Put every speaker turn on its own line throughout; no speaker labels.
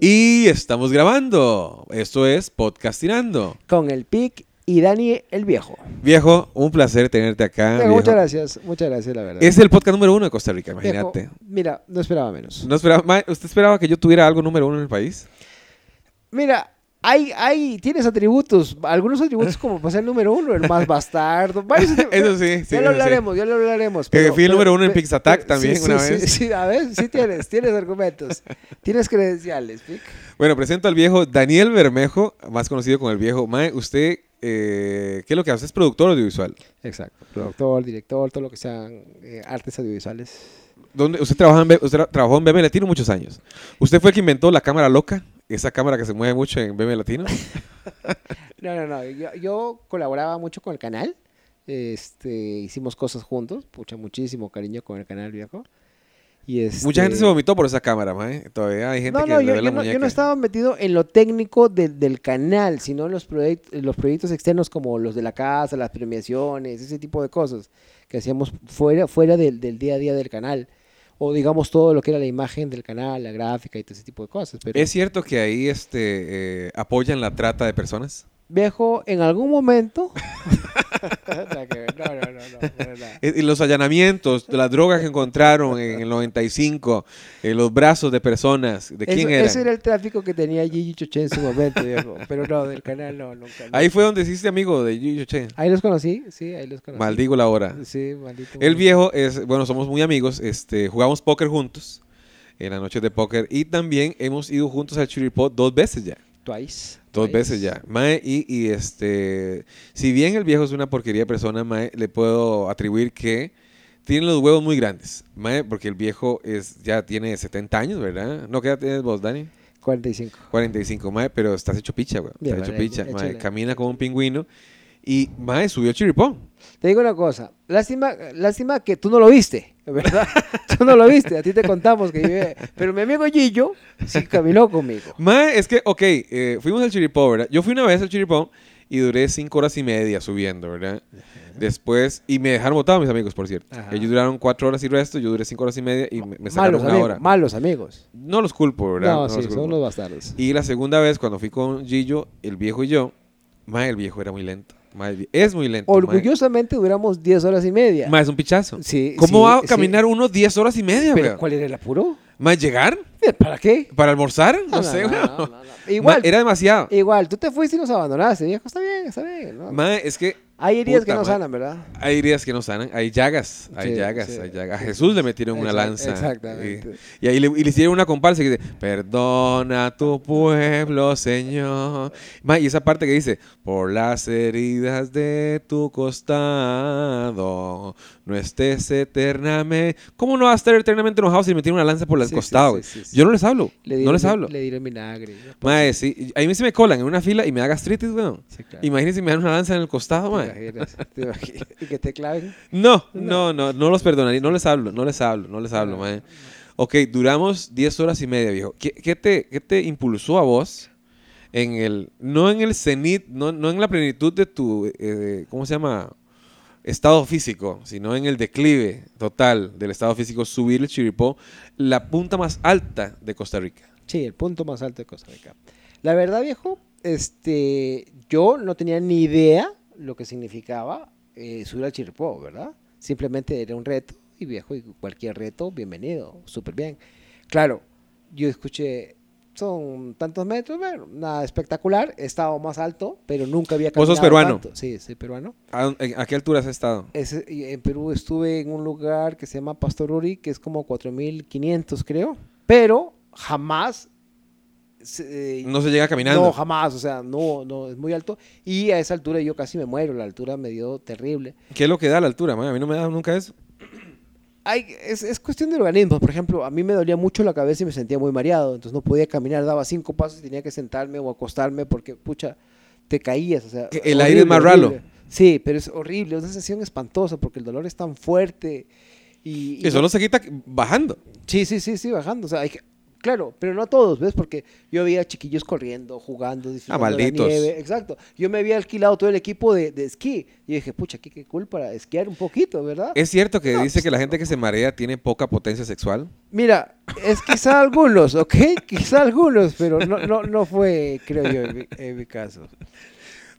Y estamos grabando. Esto es Podcast Tirando.
Con el PIC y Dani el Viejo.
Viejo, un placer tenerte acá.
Bueno,
Ah, viejo.
muchas gracias, muchas gracias, la verdad.
Es el podcast número uno de Costa Rica,
Viejo,
imagínate.
mira, no esperaba menos.
No esperaba- ma- ¿Usted esperaba que yo tuviera algo número uno en el país?
Mira, hay, hay, tienes atributos, algunos atributos como para ser número uno, el más bastardo. varios atributos.
Eso sí, sí,
Ya
eso
lo
sí.
hablaremos, ya lo hablaremos.
Que fui el número uno en
pe-
Pix Attack
sí,
también
sí,
una
sí,
vez.
Sí, a ver, sí tienes, tienes argumentos, tienes credenciales, Pic.
Bueno, presento al viejo Daniel Bermejo, más conocido como el viejo. Mae, usted, eh, ¿qué es lo que hace? Es productor audiovisual.
Exacto, productor, director, todo lo que sean eh, artes audiovisuales.
¿Dónde, usted, trabaja en, B- usted tra- trabajó en BM Latino muchos años. Usted fue el que inventó la cámara loca, esa cámara que se mueve mucho en BM Latino.
No, no, no. Yo, yo colaboraba mucho con el canal. Este, hicimos cosas juntos. Pucha, muchísimo cariño con el canal viejo. Y este...
Mucha gente se vomitó por esa cámara, mae. Todavía hay gente
No,
que
no,
le
yo,
ve
yo
la
no, yo no
muñeca.
estaba metido en lo técnico de- del canal, sino en los, proyect- en los proyectos externos como los de la casa, las premiaciones, ese tipo de cosas que hacíamos fuera, fuera del, del día a día del canal. O digamos todo lo que era la imagen del canal, la gráfica y todo ese tipo de cosas. Pero...
¿Es cierto que ahí este, eh, apoyan la trata de personas?
Viejo, en algún momento. Nada que ver, no, no, no, no, para nada.
Eh, Y los allanamientos, las drogas que encontraron en el 95, eh, los brazos de personas, ¿de quién
Eso-
eran?
Ese era el tráfico que tenía Gigi Choché en su momento, viejo. Pero no, del canal no, nunca. no.
Ahí fue donde hiciste amigo de Yuyo Che.
Ahí los conocí, sí, ahí los conocí.
Maldigo la hora.
Ah, Sí, maldito.
El
maldito.
viejo es, bueno, somos muy amigos, este, jugamos póker juntos en las noches de póker y también hemos ido juntos al Chiripot dos veces ya.
Twice.
Dos
Twice.
veces ya. Mae, y, y, este, si bien el viejo es una porquería de persona, Mae, le puedo atribuir que tiene los huevos muy grandes. Mae, porque el viejo es, ya tiene 70 años, ¿verdad? No, ¿qué edad tienes vos, Dani?
45.
45, Mae, pero estás hecho picha, güey.
Bien,
Estás hecho
vale,
picha. Mae,
échale.
camina como un pingüino. Y Mae subió chiripón.
Te digo una cosa. Lástima, lástima que tú no lo viste, ¿verdad? tú no lo viste. A ti te contamos que yo. Pero mi amigo Gillo sí caminó conmigo.
Mae, es que, ok, eh, fuimos al Chiripó, ¿verdad? Yo fui una vez al Chiripó y duré cinco horas y media subiendo, ¿verdad? Después, y me dejaron botado mis amigos, por cierto.
Ajá.
Ellos duraron cuatro horas y resto, yo duré cinco horas y media y me, me sacaron
malos,
una
amigos,
hora.
malos amigos.
No los culpo, ¿verdad?
No,
los
sí,
culpo.
son unos bastardos.
Y la segunda vez, cuando fui con Gillo, el viejo y yo, mae, el viejo era muy lento. Mae, el vie- es muy lento. mae.
Orgullosamente duramos 10 horas y media.
Mae, es un pichazo.
Sí,
¿Cómo
sí,
va a
sí.
caminar uno diez horas y media,
¿Pero
güey?
cuál era el apuro?
Mae, ¿llegar?
¿Para qué?
¿Para almorzar? No, sé, güey.
no, no, no. Igual, Eh,
Mae, Era demasiado.
igual, tú te fuiste y nos abandonaste, viejo. Está bien, está bien. ¿no?
Mae, es que
Hay heridas
puta
que no
madre.
sanan, ¿verdad?
Hay heridas que no sanan, hay llagas, hay
Sí,
llagas,
sí,
hay llagas.
sí,
A Jesús
sí,
le metieron una
exact-
lanza.
exactamente.
Y, y ahí le, y le hicieron una comparsa que dice, perdona a tu pueblo, Señor. Ma, y esa parte que dice, por las heridas de tu costado, no estés eternamente... ¿Cómo no vas a estar eternamente enojado si le metieron una lanza por el
Sí, sí,
costado?
sí, sí, sí.
Yo no les hablo,
Le
no
dieron-
les hablo.
Le dieron vinagre. ¿no?
Mae, sí, a mí se me colan en una fila y me da gastritis, weón.
Sí, claro.
Imagínense si me dan una lanza en el costado,
Te
mae.
imaginas, te imaginas. Y que te claven.
No, no, no, no los perdonaría, no les hablo, no les hablo, no les hablo, mae. Ok, duramos 10 horas y media, viejo. ¿Qué, qué te, qué te impulsó a vos en el, no en el cenit, no, no en la plenitud de tu, eh, ¿cómo se llama? Estado físico, sino en el declive total del estado físico, subir el chiripó, la punta más alta de Costa Rica.
Sí, el punto más alto de Costa Rica. La verdad, viejo, este, yo no tenía ni idea lo que significaba eh, subir al Chiripó, ¿verdad? Simplemente era un reto y viejo, y cualquier reto, bienvenido, súper bien. Claro, yo escuché, son tantos metros, bueno, nada espectacular, he estado más alto, pero nunca había
Vos
caminado
sos peruano.
tanto. Sí, soy peruano.
¿A, dónde- en- a qué altura has estado?
Ese- y en Perú estuve en un lugar que se llama Pastoruri, que es como 4500, creo. Pero jamás. se- eh,
No se llega caminando.
No, jamás. O sea, no, no, es muy alto. Y a esa altura yo casi me muero. La altura me dio terrible.
¿Qué es lo que da la altura, mae? A mí no me da nunca eso.
Hay, es, es cuestión del organismo. Por ejemplo, a mí me dolía mucho la cabeza y me sentía muy mareado. Entonces no podía caminar, daba cinco pasos y tenía que sentarme o acostarme porque, pucha, te caías. O sea,
Que el aire es más ralo.
horrible. Sí, pero es horrible. Es una sensación espantosa porque el dolor es tan fuerte. Y, y
Y
no-
solo se quita bajando.
Sí, sí, sí, sí, bajando. O sea, hay que- Claro, pero no todos, ¿ves? Porque yo veía chiquillos corriendo, jugando, disfrutando de la
malditos.
nieve. Exacto. Yo me había alquilado todo el equipo de, de esquí. Y dije, pucha, qué, qué cool para esquiar un poquito, ¿verdad?
¿Es cierto que
No,
dice
pues,
que la gente que se marea tiene poca potencia sexual?
Mira, es quizá algunos, ¿ok? Quizá algunos, pero no, no, no fue, creo yo, en mi, en mi caso.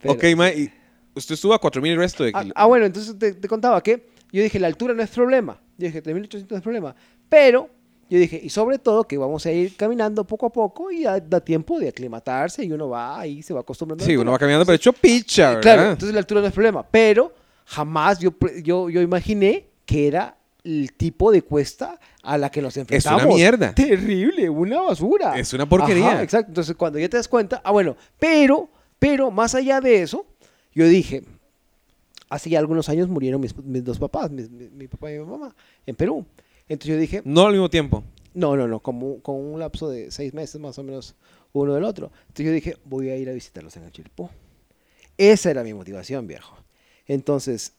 Pero-
Ok, Mae, y usted estuvo a 4.000 y resto de
Ah,
kil-
ah, bueno, entonces te, te contaba que yo dije, la altura no es problema. Yo dije, 3.800 no es problema. Pero yo dije, y sobre todo que vamos a ir caminando poco a poco y ya da tiempo de aclimatarse y uno va ahí, se va acostumbrando. a la
Sí, uno va
altura.
caminando, pero hecho picha,
Eh, Claro,
¿verdad?
entonces la altura no es problema. Pero jamás yo, pre- yo, yo imaginé que era el tipo de cuesta a la que nos enfrentamos.
mierda.
Terrible, una basura.
Es una porquería.
Ajá, exacto. Entonces, cuando ya te das cuenta, ah, bueno, pero, pero, más allá de eso, yo dije, hace ya algunos años murieron mis, mis dos papás, mis- mi, mi papá y mi mamá, en Perú. Entonces yo dije,
No al mismo tiempo.
no, no, no, como, con un lapso de seis meses más o menos uno del otro. Entonces yo dije, voy a ir a visitarlos en el Chilpó. Esa era mi motivación, viejo. Entonces,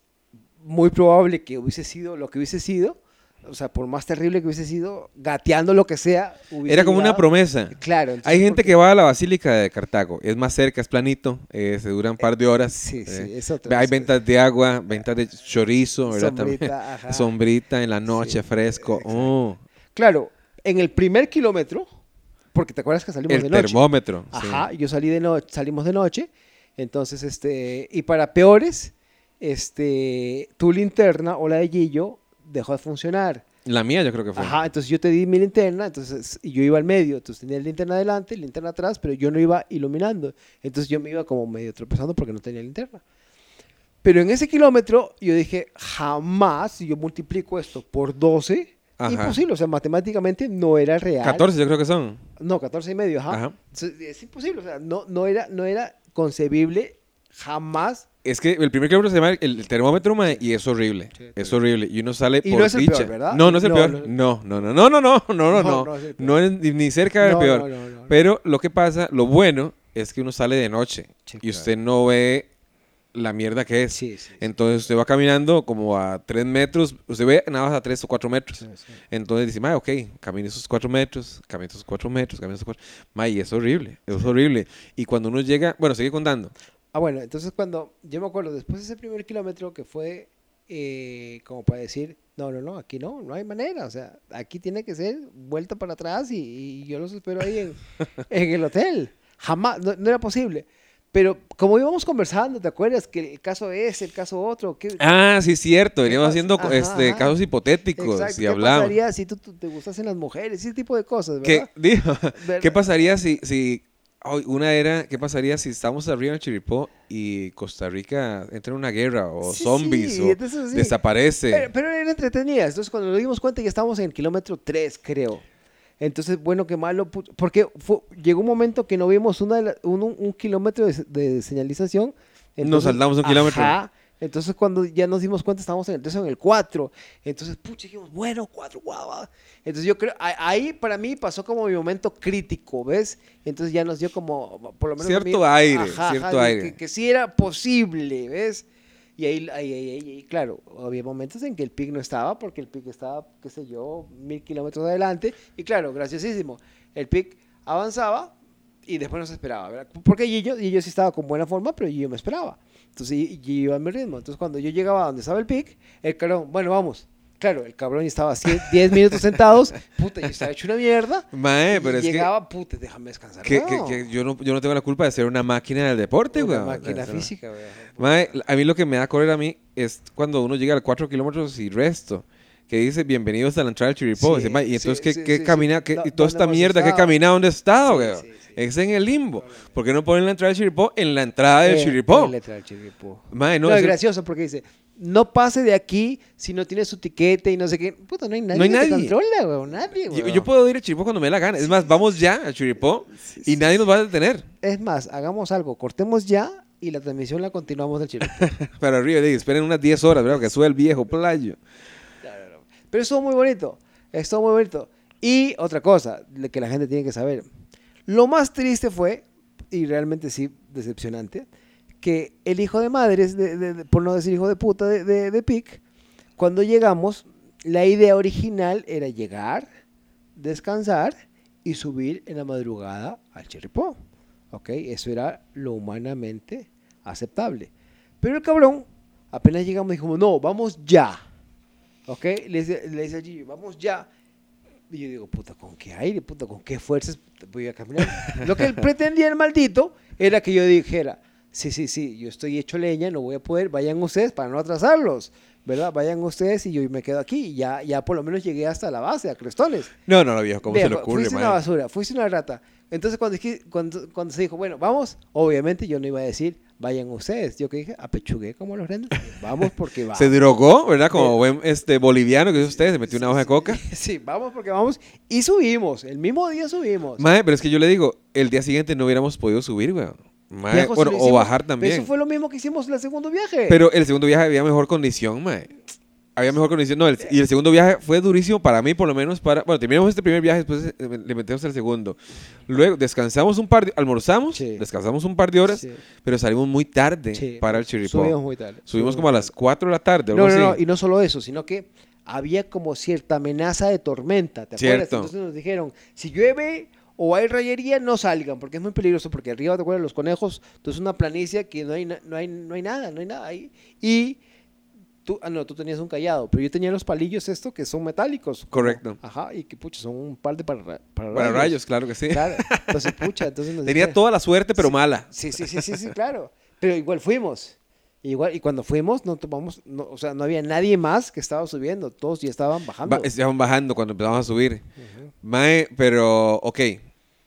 muy probable que hubiese sido lo que hubiese sido, o sea, por más terrible que hubiese sido, gateando lo que sea, hubiese
Era como una
llegado.
promesa.
Claro. entonces,
Hay gente
porque-
que va a la Basílica de Cartago. Es más cerca, es planito. eh, se dura un par de horas.
Sí, sí,
eh.
es otra.
Hay
es-
ventas de agua, ventas de chorizo, ¿verdad? También.
Sombrita, ajá.
Sombrita en la noche,
Sí,
fresco.
exacto.
Oh,
Claro, en el primer kilómetro, porque te acuerdas que salimos de
el
noche.
termómetro. sí.
Ajá, yo salí de noche, salimos de noche, entonces, este, y para peores, este, tu linterna o la de Gillo dejó de funcionar.
La mía yo creo que fue.
Ajá, entonces yo te di mi linterna, entonces y yo iba al medio, entonces tenía la linterna adelante, linterna atrás, pero yo no iba iluminando, entonces yo me iba como medio tropezando porque no tenía linterna. Pero en ese kilómetro yo dije, jamás, si yo multiplico esto por 12,
Ajá.
imposible, o sea, matemáticamente no era real.
14 yo creo que son.
No, 14 y medio, ajá.
Ajá.
Entonces, Es imposible, o sea, no, no, era, no era concebible jamás.
Es que el primer kilómetro se llama el el termómetro, mae, y es horrible.
Sí, está
es horrible. Y uno sale
Y
por
no es el
dicha.
peor, ¿verdad?
No, no es el
No,
peor.
no.
No, no, no, no, no, no, no,
No,
no, no.
no es el peor.
No es ni- ni cerca del
No,
peor.
no, no, no, no.
Pero lo que pasa, lo bueno es que uno sale de noche
Sí,
y
claro.
usted no ve la mierda que es.
Sí, sí, sí.
Entonces usted va caminando como a 3 metros, usted ve nada más a 3 o 4 metros.
Sí, sí.
Entonces dice, mae, ok, camina esos 4 metros, camina esos 4 metros, camina esos 4 Mae, y es horrible, es horrible. Y cuando uno llega, bueno, sigue contando.
Ah, bueno, entonces cuando, yo me acuerdo, después de ese primer kilómetro que fue eh, como para decir, no, no, no, aquí no, no hay manera, o sea, aquí tiene que ser vuelta para atrás y, y yo los espero ahí en, en el hotel. Jamás, no, no era posible. Pero como íbamos conversando, ¿te acuerdas? Que el caso es, el caso otro, que...
Ah, sí, cierto.
¿Qué
Iríamos
pasa?
haciendo co-
Ajá,
este,
ajá.
casos hipotéticos
Exacto,
y
¿qué
hablamos.
pasaría si tú, tú te gustasen las mujeres? Ese tipo de cosas, ¿verdad?
¿Qué, dijo, ¿Qué
¿Verdad?
pasaría si, si ay, una era, qué pasaría si estamos arriba en Chiripó y Costa Rica entra en una guerra o
Sí,
zombies
sí,
o
entonces sí.
desaparece?
Pero, Eh, pero eran entretenidas. Entonces, cuando nos dimos cuenta, ya estábamos en el kilómetro 3, creo. Entonces, bueno, qué malo. pu- Porque fue- llegó un momento que no vimos una de la- un, un- un kilómetro de, se- de señalización.
saltamos un kilómetro.
ajá. Entonces, cuando ya nos dimos cuenta, estábamos en el, entonces, en el 4. Entonces, pucha, dijimos, bueno, 4, guau. guau. Entonces, yo creo, a- ahí para mí pasó como mi momento crítico, ¿ves? Entonces, ya nos dio como, por lo menos. a mí-
Cierto aire, cierto
de
aire.
Que, que sí era posible, ¿ves? Y ahí, ahí, ahí, ahí, ahí, claro, había momentos en que el PIC no estaba, porque el PIC estaba, qué sé yo, mil kilómetros adelante. Y claro, graciosísimo, el PIC avanzaba y después nos esperaba, ¿verdad? Porque Gillo, Gillo sí estaba con buena forma, pero Gillo me esperaba. Entonces y- Gillo iba a mi ritmo. Entonces cuando yo llegaba a donde estaba el PIC, el cabrón, bueno, vamos. Claro, el cabrón estaba así 10 minutos sentados, puta, yo estaba hecho una mierda.
Mae, Eh, pero
y
es que-
llegaba, puta, déjame descansar.
que, que-
no.
que yo, no, yo no tengo la culpa de ser una máquina del deporte,
Una
güey.
máquina física, güey.
Mae, a mí lo que me da cólera a mí es cuando uno llega al 4 kilómetros y resto. Que dice, bienvenidos a la entrada del Chiripó.
Sí,
Dice, "Mae, y
sí,
entonces, ¿qué,
sí,
qué
sí,
camina?
sí.
qué-
No,
y toda
¿dónde
esta
hemos
mierda, ¿qué
estado?
camina? ¿Dónde está,
Sí,
güey?
sí, sí.
Es en el limbo. ¿Por qué no ponen la entrada del Chiripó en la entrada del
Eh,
Chiripó?
en la entrada del Chirripó.
Mae,
No,
no,
es
ese-
gracioso porque dice, no pase de aquí si no tiene su tiquete y no sé qué. Puta, no hay nadie
No hay
que te
nadie.
controla, weón, nadie,
yo,
weón.
yo puedo ir al Chiripó cuando me dé la gana. Es más, vamos ya al Chiripó y nadie nos va a detener.
Es más, hagamos algo, cortemos ya y la transmisión la continuamos del Chirripó.
Para arriba, digo, esperen unas 10 horas, ¿verdad? Que sube el viejo playo.
Pero estuvo muy bonito, estuvo muy bonito. Y otra cosa de que la gente tiene que saber, lo más triste fue, y realmente sí decepcionante, que el hijo de madres, de- de- de- por no decir hijo de puta de, de, de Pic, cuando llegamos, la idea original era llegar, descansar y subir en la madrugada al chirripó. ¿Ok? Eso era lo humanamente aceptable. Pero el cabrón, apenas llegamos, dijo, no, vamos ya. ¿Ok? Le dice, le dice a Gigi, vamos ya. Y yo digo, puta, ¿con qué aire? Puta, ¿con qué fuerzas voy a caminar? Lo que él pretendía el maldito era que yo dijera, sí, sí, sí, yo estoy hecho leña, no voy a poder, vayan ustedes para no atrasarlos, ¿verdad? Vayan ustedes y yo me quedo aquí. Ya, ya por lo menos llegué hasta la base, a Crestones.
No, no, no, viejo, ¿cómo se
Vea,
le ocurre,
Fuiste
mae?
una basura, fuiste una rata. Entonces, cuando, dije- cuando, cuando se dijo, bueno, vamos, obviamente yo no iba a decir, vayan ustedes. Yo que dije, apechugué como los grandes, vamos porque vamos.
Se drogó, ¿verdad? Como
Sí.
buen este, boliviano que es usted, se metió una hoja de coca.
Sí, vamos porque vamos. Y subimos, el mismo día subimos.
Mae, pero es que yo le digo, el día siguiente no hubiéramos podido subir, weón. Mae,
Viejos,
bueno,
lo
o
hicimos,
bajar
pero
también.
Eso fue lo mismo que hicimos en el segundo viaje.
Pero el segundo viaje había mejor condición, mae. Había mejor condición. No, el- y el segundo viaje fue durísimo para mí, por lo menos para... Bueno, terminamos este primer viaje, después eh, le metemos el segundo. Luego descansamos un par de... Almorzamos,
Sí.
descansamos un par de horas,
Sí.
pero salimos muy tarde
Sí,
para el chiripó.
Subimos
Subimos,
muy tarde.
como a las 4 de la tarde, algo
No, no,
así.
no, y no solo eso, sino que había como cierta amenaza de tormenta, ¿te acuerdas?
Cierto.
Entonces nos dijeron, si llueve o hay rayería, no salgan, porque es muy peligroso, porque arriba, ¿te acuerdas? Los conejos, entonces una planicie que no hay, na- no hay, no hay nada, no hay nada ahí. Y tú, ah, no, tú tenías un callado, pero yo tenía los palillos estos que son metálicos. como-
Correcto.
Ajá, y que pucha, son un par de para,
Para rayos, claro que sí.
Claro, entonces pucha, entonces nos
Tenía
dijeron-
toda la suerte, pero mala.
Sí, sí, sí, sí, sí, claro. Pero igual fuimos. Igual, y cuando fuimos, no tomamos, no, o sea, no había nadie más que estaba subiendo, todos ya estaban bajando.
Ba- estaban bajando cuando empezamos a subir. Mae, pero, ok. eh,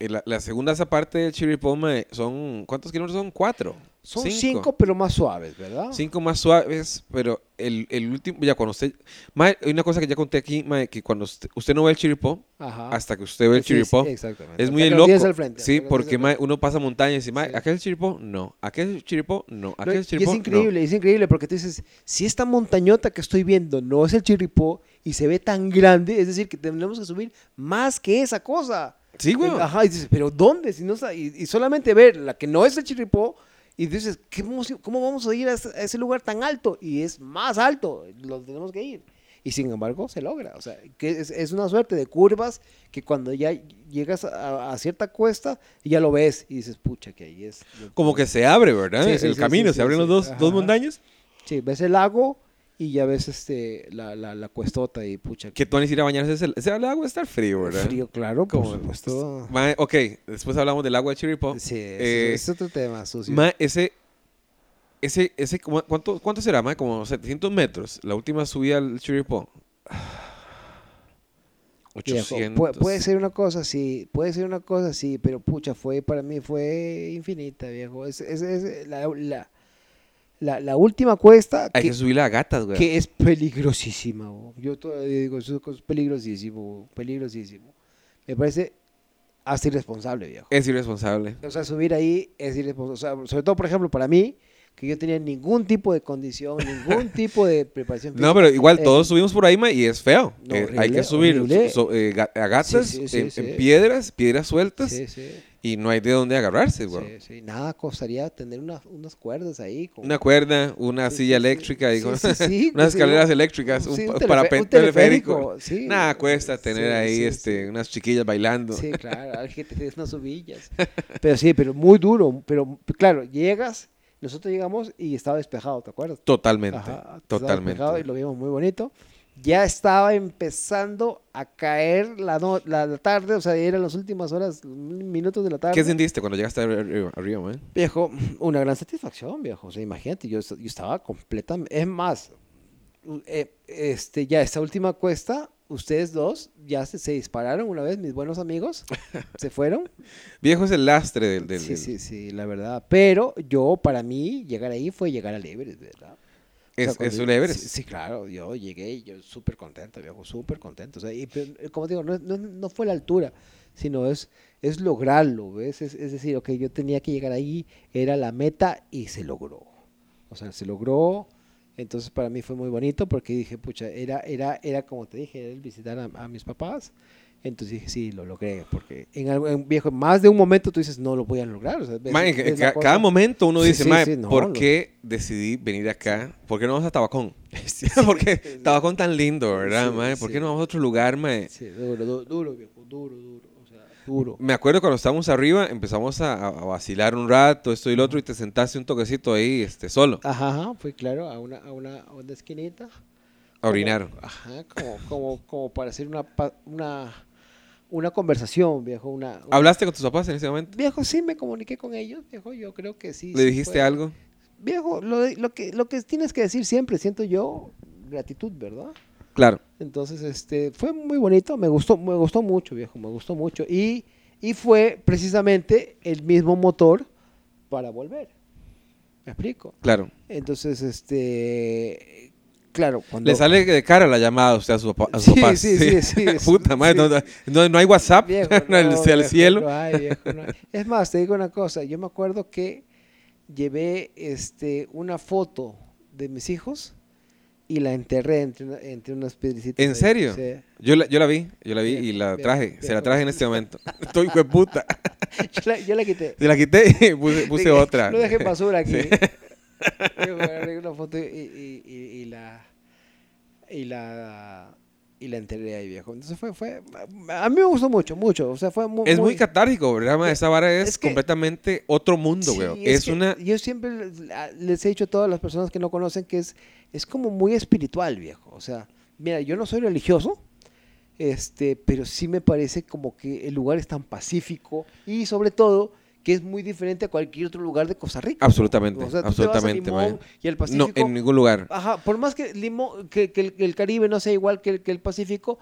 La, la segunda esa parte del Chiripó, mae, son... ¿Cuántos kilómetros son? ¿Cuatro?
Son cinco. pero más suaves, ¿verdad?
Cinco más suaves, pero el, el último, ya cuando usted... Mae, hay una cosa que ya conté aquí, mae, que cuando usted, usted no ve el Chiripó,
Ajá.
hasta que usted ve el
Ah. Sí, sí,
Chiripó,
exactamente.
es
Hasta
muy
que lo
loco.
tienes al frente, hasta
sí,
que lo
porque
tienes al
mae, uno pasa montañas y dice, mae,
Sí.
¿aquel es Chiripó? No. ¿Aquel es Chiripó? No.
No,
¿Aquel
y
es Chiripó?
es
No.
increíble, es increíble porque tú dices, si esta montañota que estoy viendo no es el chirripó y se ve tan grande, es decir, que tenemos que subir más que esa cosa.
Sí, güey.
Ajá, y dices, pero ¿dónde? Si no, sa- y, y solamente ver la que no es el chirripó y dices, ¿qué vamos- ¿cómo vamos a ir a ese, a ese lugar tan alto? Y es más alto, lo tenemos que ir. Y sin embargo, se logra. O sea, que es, es una suerte de curvas que cuando ya llegas a, a cierta cuesta, ya lo ves y dices, pucha, que ahí es. lo-
Como que se abre, ¿verdad?
Sí, sí,
el
sí,
camino,
sí,
se abren
sí,
los dos,
sí.
dos
Ajá.
montañas.
Sí, ves el lago y ya ves este, la, la, la cuestota y pucha.
Que Tony se irá a bañarse, ese, ese agua está frío, ¿verdad?
frío, claro, por
Como-
supuesto.
Mae, ok, después hablamos del agua de Chiripó.
Sí, es,
Eh,
es otro tema sucio.
Mae, ese, ese, ese, ¿cu- ¿cuánto, cuánto será, mae? Como 700 metros, la última subida al Chiripó.
Viejo,
800.
pu- puede ser una cosa así, puede ser una cosa así, pero pucha, fue para mí fue infinita, viejo. Es, es, es la, la, la, la última cuesta
Hay que,
que,
subirla a gatas, güey.
que es peligrosísima. bo. Yo todavía digo, eso es peligrosísimo, bo, peligrosísimo. Me parece hasta irresponsable, viejo.
Es irresponsable.
O sea, subir ahí es irresponsable. sobre todo, por ejemplo, para mí, que yo tenía ningún tipo de condición, ningún tipo de preparación.
No, pero igual
eh,
todos subimos por ahí, mae, y es feo.
no,
Eh, hay
horrible,
que subir
horrible.
so- eh, ga- a gatas,
Sí, sí, sí,
en,
sí.
en piedras, piedras sueltas,
Sí, sí.
y no hay de dónde agarrarse, güey.
Sí, sí, Nada costaría tener unas, unas cuerdas ahí. Con...
Una cuerda, una
Sí, sí,
silla
sí.
eléctrica,
Sí,
digo,
sí, sí,
unas
qué sé yo.
escaleras eléctricas, un,
Sí,
pa-
telefe-
parapet-
un
teleférico.
sí.
Nada, cuesta tener
Sí,
ahí
sí,
este, unas chiquillas bailando.
Sí, claro, hay que tener unas subillas. Pero sí, pero muy duro. Pero claro, llegas, nosotros llegamos y estaba despejado, ¿te acuerdas?
Totalmente,
Ajá, estaba
totalmente.
despejado Y lo vimos muy bonito. Ya estaba empezando a caer la, no- la, la tarde, o sea, eran las últimas horas, minutos de la tarde.
¿Qué sentiste cuando llegaste arriba, arriba man?
Viejo, una gran satisfacción, viejo. O sea, imagínate, yo, est- yo estaba completamente. Es más, u- eh, este, ya esta última cuesta, ustedes dos ya se, se dispararon una vez, mis buenos amigos. se fueron.
Viejo es el lastre del... del-
sí,
del-
sí, sí, la verdad. Pero yo, para mí, llegar ahí fue llegar al Everest, ¿verdad? O sea,
Es,
cuando
es
yo-
un Everest.
Sí, sí, claro, yo llegué y yo súper contento, viejo, súper contento. O sea, y, pero, eh, como te digo, no, es- no es- no fue la altura, sino es, es lograrlo, ¿ves? Es, es decir, ok, yo tenía que llegar ahí, era la meta y se logró. O sea, se logró. Entonces para mí fue muy bonito porque dije, pucha, era, era, era como te dije, era el visitar a, a mis papás. Entonces dije, sí, lo logré, porque en, algo- en viejo, más de un momento tú dices, no lo voy a lograr. o sea, ves-
Man, en-
ves
en
la
ca-
cosa.
cada momento uno
Sí,
dice,
sí,
"Mae,
sí, no,
¿por
lo-
qué decidí venir acá? ¿Por qué no vamos a Tabacón? Porque Tabacón tan lindo, ¿verdad,
Sí,
mae? ¿Por qué
sí.
no vamos a otro lugar, mae?
Sí, duro, du- duro, viejo, duro, duro. O sea, Duro.
Me acuerdo cuando estábamos arriba, empezamos a, a vacilar un rato, esto y lo otro, y te sentaste un toquecito ahí, este, solo,
Ajá, ajá, fue claro, a una, a una, a una esquinita.
a orinar.
Como, ajá, como, como, como para hacer una, pa- una, una conversación, viejo. Una, una-
¿Hablaste con tus papás en ese momento?
Viejo, sí me comuniqué con ellos, viejo, yo creo que sí.
¿Le
sí
dijiste
fue-
algo?
Viejo, lo, de- lo, que, lo que tienes que decir siempre, siento yo, gratitud, ¿verdad?
Claro.
Entonces, este, fue muy bonito, me gustó, me gustó mucho, viejo, me gustó mucho. Y, y fue precisamente el mismo motor para volver. ¿Me explico?
Claro.
Entonces, este, claro, cuando...
Le sale de cara la llamada a usted a su papá. a sus
Sí,
papás.
sí, sí, sí, es-
Puta madre,
sí.
no- no- No, no hay WhatsApp,
Viejo,
no, el,
no,
sea el
viejo,
cielo.
no hay, viejo, no hay. Es más, te digo una cosa, yo me acuerdo que llevé este una foto de mis hijos y la enterré entre, una- entre unas piedrecitas.
¿En
ahí,
serio?
sí.
Yo la, yo la vi, yo la vi y
Viejo,
la
viejo,
traje, se la
viejo.
traje en este momento. Estoy hijo de puta.
Yo, la, yo la quité.
Se la quité y puse, puse
Dije,
otra.
No dejen basura aquí.
Sí.
Yo agarré una foto y, y- y- y la y la y la enterré ahí, viejo. Entonces fue fue a mí me gustó mucho, mucho, o sea, fue mu- muy
Es muy catártico, ¿verdad? ma? Esa vara es,
es que-
completamente otro mundo,
Sí,
weón.
es
Es,
que
una.
Yo siempre les- a- les he dicho a todas las personas que no conocen que es, es como muy espiritual, viejo. O sea, mira, yo no soy religioso, este, pero sí me parece como que el lugar es tan pacífico y sobre todo que es muy diferente a cualquier otro lugar de Costa Rica.
Absolutamente,
O sea, tú te vas a
absolutamente,
Limón
ma.
y el
No,
Pacífico.
en ningún lugar.
Ajá, por más que, Limón- que, que el, que el Caribe no sea igual que el, que el Pacífico,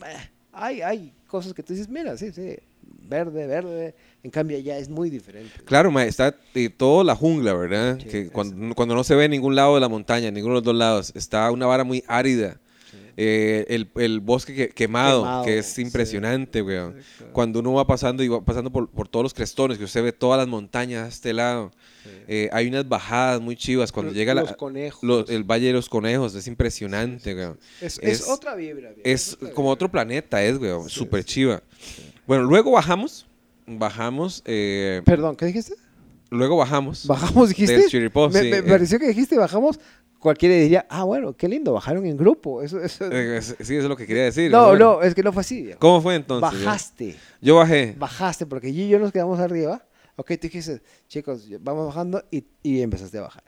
eh, hay, hay cosas que tú dices, mira, sí, sí, verde, verde. En cambio, allá es muy diferente.
Claro, ma, está eh, toda la jungla, ¿verdad?
Sí,
que
eso.
cuando, cuando no se ve ningún lado de la montaña, ninguno de los dos lados, está una vara muy árida. Eh, el, el bosque que- quemado,
Quemado,
que es
sí.
impresionante, weón.
Exacto.
Cuando uno va pasando y va pasando por, por todos los crestones, que usted ve todas las montañas a este lado. Eh, hay unas bajadas muy chivas. Cuando
Los-
llega la-
los conejos.
lo- el Valle de los Conejos, es impresionante, weón.
es,
es-
es otra vibra. viejo,
Es
otra
como
vibra.
otro planeta, es, weón.
Sí,
Súper
sí.
chiva. Bueno, luego bajamos. Bajamos. eh,
Perdón, ¿qué dijiste?
luego bajamos.
¿Bajamos, dijiste?
Del Chirripó,
me
sí,
me
eh.
pareció que dijiste bajamos. Cualquiera diría, ah, bueno, qué lindo, bajaron en grupo. Eso, eso...
Eh, es- sí, eso es lo que quería decir.
no,
bueno.
no, es que no fue así. viejo.
¿Cómo fue entonces? weón?
bajaste,
Yo bajé.
bajaste, porque yo y yo nos quedamos arriba. Ok, tú dijiste, chicos, vamos bajando y, y empezaste a bajar.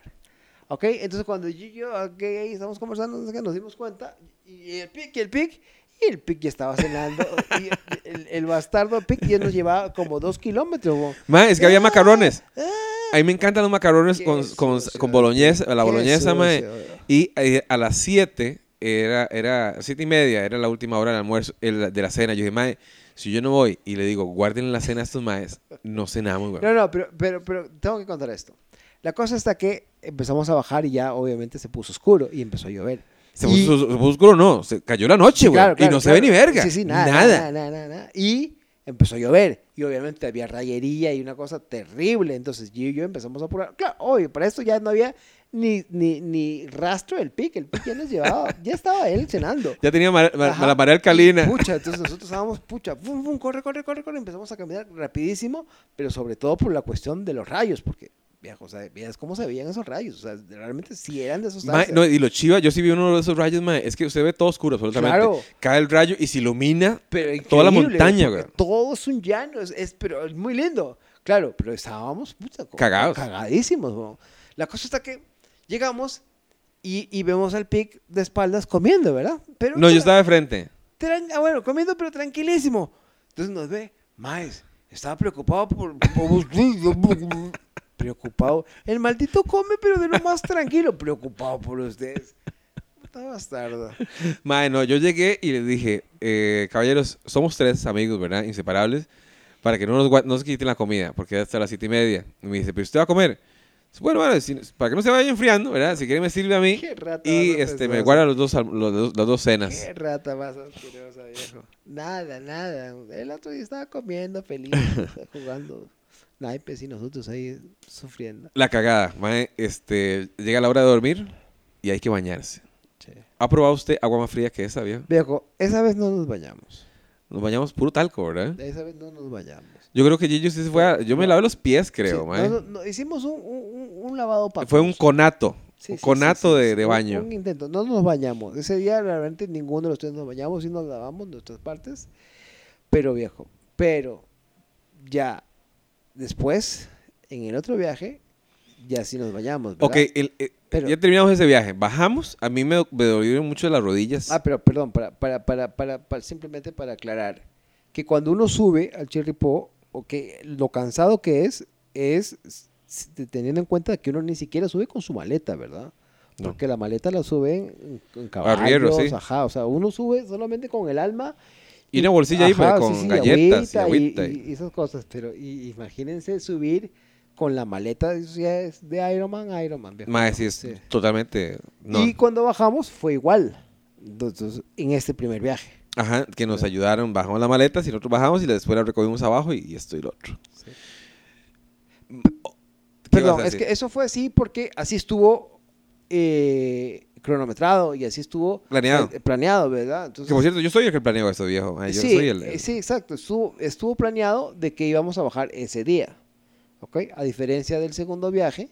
Ok, entonces cuando yo y yo, ok, ahí estamos conversando, no sé qué, nos dimos cuenta, y el pic, y el pic, y el pic ya estaba cenando. y el, el bastardo pic ya nos llevaba como dos kilómetros. bo.
Ma, es que había macarrones.
Ah,
A mí me encantan los macarrones
Qué
con, con,
sucio.
con boloñesa, la
Qué
boloñesa, mae.
sucio.
Y eh, a las 7, era, era siete y media, era la última hora del almuerzo, el- de la cena. Yo dije, mae, si yo no voy y le digo, guarden la cena a estos maes, no cenamos, güey.
No, no, pero, pero, pero tengo que contar esto. La cosa está que empezamos a bajar y ya obviamente se puso oscuro y empezó a llover.
Se
Y-
puso, se puso oscuro, no, se cayó la noche,
Sí,
güey.
claro,
y no
claro,
se ve ni
claro.
verga.
Sí, sí,
nada.
nada, nada, nada, nada, nada. Y empezó a llover. Y obviamente había rayería y una cosa terrible. Entonces yo y yo empezamos a apurar. Claro, obvio, para esto ya no había ni, ni, ni rastro del pic. El pic ya nos llevaba, ya estaba él cenando.
Ya tenía ma- ma-
Ajá.
la pared alcalina.
Pucha, entonces nosotros estábamos, pucha, pum, pum, corre, corre, corre, corre. Empezamos a caminar rapidísimo, pero sobre todo por la cuestión de los rayos, porque, viejo, o sea, veas cómo se veían esos rayos. O sea, realmente sí eran de esos
Ma, no, y lo chiva, yo sí vi uno de esos rayos, mae. Es que usted ve todo oscuro, absolutamente.
Claro.
Cae el rayo y se ilumina toda
increíble,
la montaña,
porque
güey.
Todo es un llano, es, es- pero es muy lindo. Claro, pero estábamos puta, co-
Cagados.
cagadísimos. weón. La cosa está que llegamos y, y vemos al pic de espaldas comiendo, ¿verdad? Pero
No, yo
tra-
estaba de frente.
tran- ah, bueno, comiendo, pero tranquilísimo. Entonces nos ve, Maes, estaba preocupado por, por usted. preocupado. El maldito come, pero de lo más tranquilo, preocupado por ustedes. Puta bastardo.
Mae, no, yo llegué y les dije, eh, caballeros, somos tres amigos, ¿verdad? Inseparables, para que no nos, gua- no nos quiten la comida, porque ya hasta las siete y media. Y me dice, pero usted va a comer. Bueno, bueno, si- para que no se vaya enfriando, ¿verdad? Si quiere me sirve a mí.
Qué rata
Y
más
este, me
asquerosa.
guarda los dos, al- los dos- las dos cenas.
Qué rata más asquerosa, viejo. Nada, nada. El otro día estaba comiendo feliz, jugando naipes y nosotros ahí sufriendo.
La cagada, mae, este, llega la hora de dormir y hay que bañarse. ¿Ha probado usted agua más fría que esa, viejo?
Viejo, esa vez no nos bañamos.
Nos bañamos puro talco, ¿verdad?
Esa vez no nos bañamos.
Yo creo que Gigi sí se fue a- Yo me lavé los pies, creo,
Sí,
mae.
no, no, no, hicimos un, un- un- un lavado para.
Fue un conato. un conato de, de baño.
Un, intento. No nos bañamos. Ese día realmente ninguno de los tres nos bañamos y nos lavamos nuestras partes. Pero viejo, Pero ya después, en el otro viaje, ya sí nos bañamos. ¿verdad?
Ok, el- el-
Pero-
ya terminamos ese viaje. Bajamos. A mí me, do- me dolieron mucho las rodillas.
Ah, pero perdón, para, para, para, para, para- simplemente para aclarar, que cuando uno sube al Chirripó, o que lo cansado que es, es s- teniendo en cuenta que uno ni siquiera sube con su maleta, ¿verdad?
No.
Porque la maleta la suben en, en caballos,
Arriero, sí.
ajá, o sea, uno sube solamente con el alma.
Y una bolsilla ahí para- con galletas y agüita
y,
y-
y esas cosas, pero y- imagínense subir con la maleta eso ya es de Iron Man, Iron Man. viejo.
Mae, sí, es
Sí.
totalmente. No.
Y cuando bajamos fue igual. Entonces, en este primer viaje.
Ajá, que nos ayudaron. Bajamos la maleta, y nosotros bajamos y después la recogimos abajo y, y esto y lo otro. ¿Qué ibas
Perdón,
a
es que
decir?
eso fue así porque así estuvo eh, cronometrado y así estuvo
Planeado.
eh, planeado, ¿verdad?
Que,
Entonces,
por cierto, yo soy el que planeó esto, viejo. Ay, yo
sí,
soy el.
eh, sí, exacto. Estuvo, estuvo planeado de que íbamos a bajar ese día. ¿Ok? A diferencia del segundo viaje,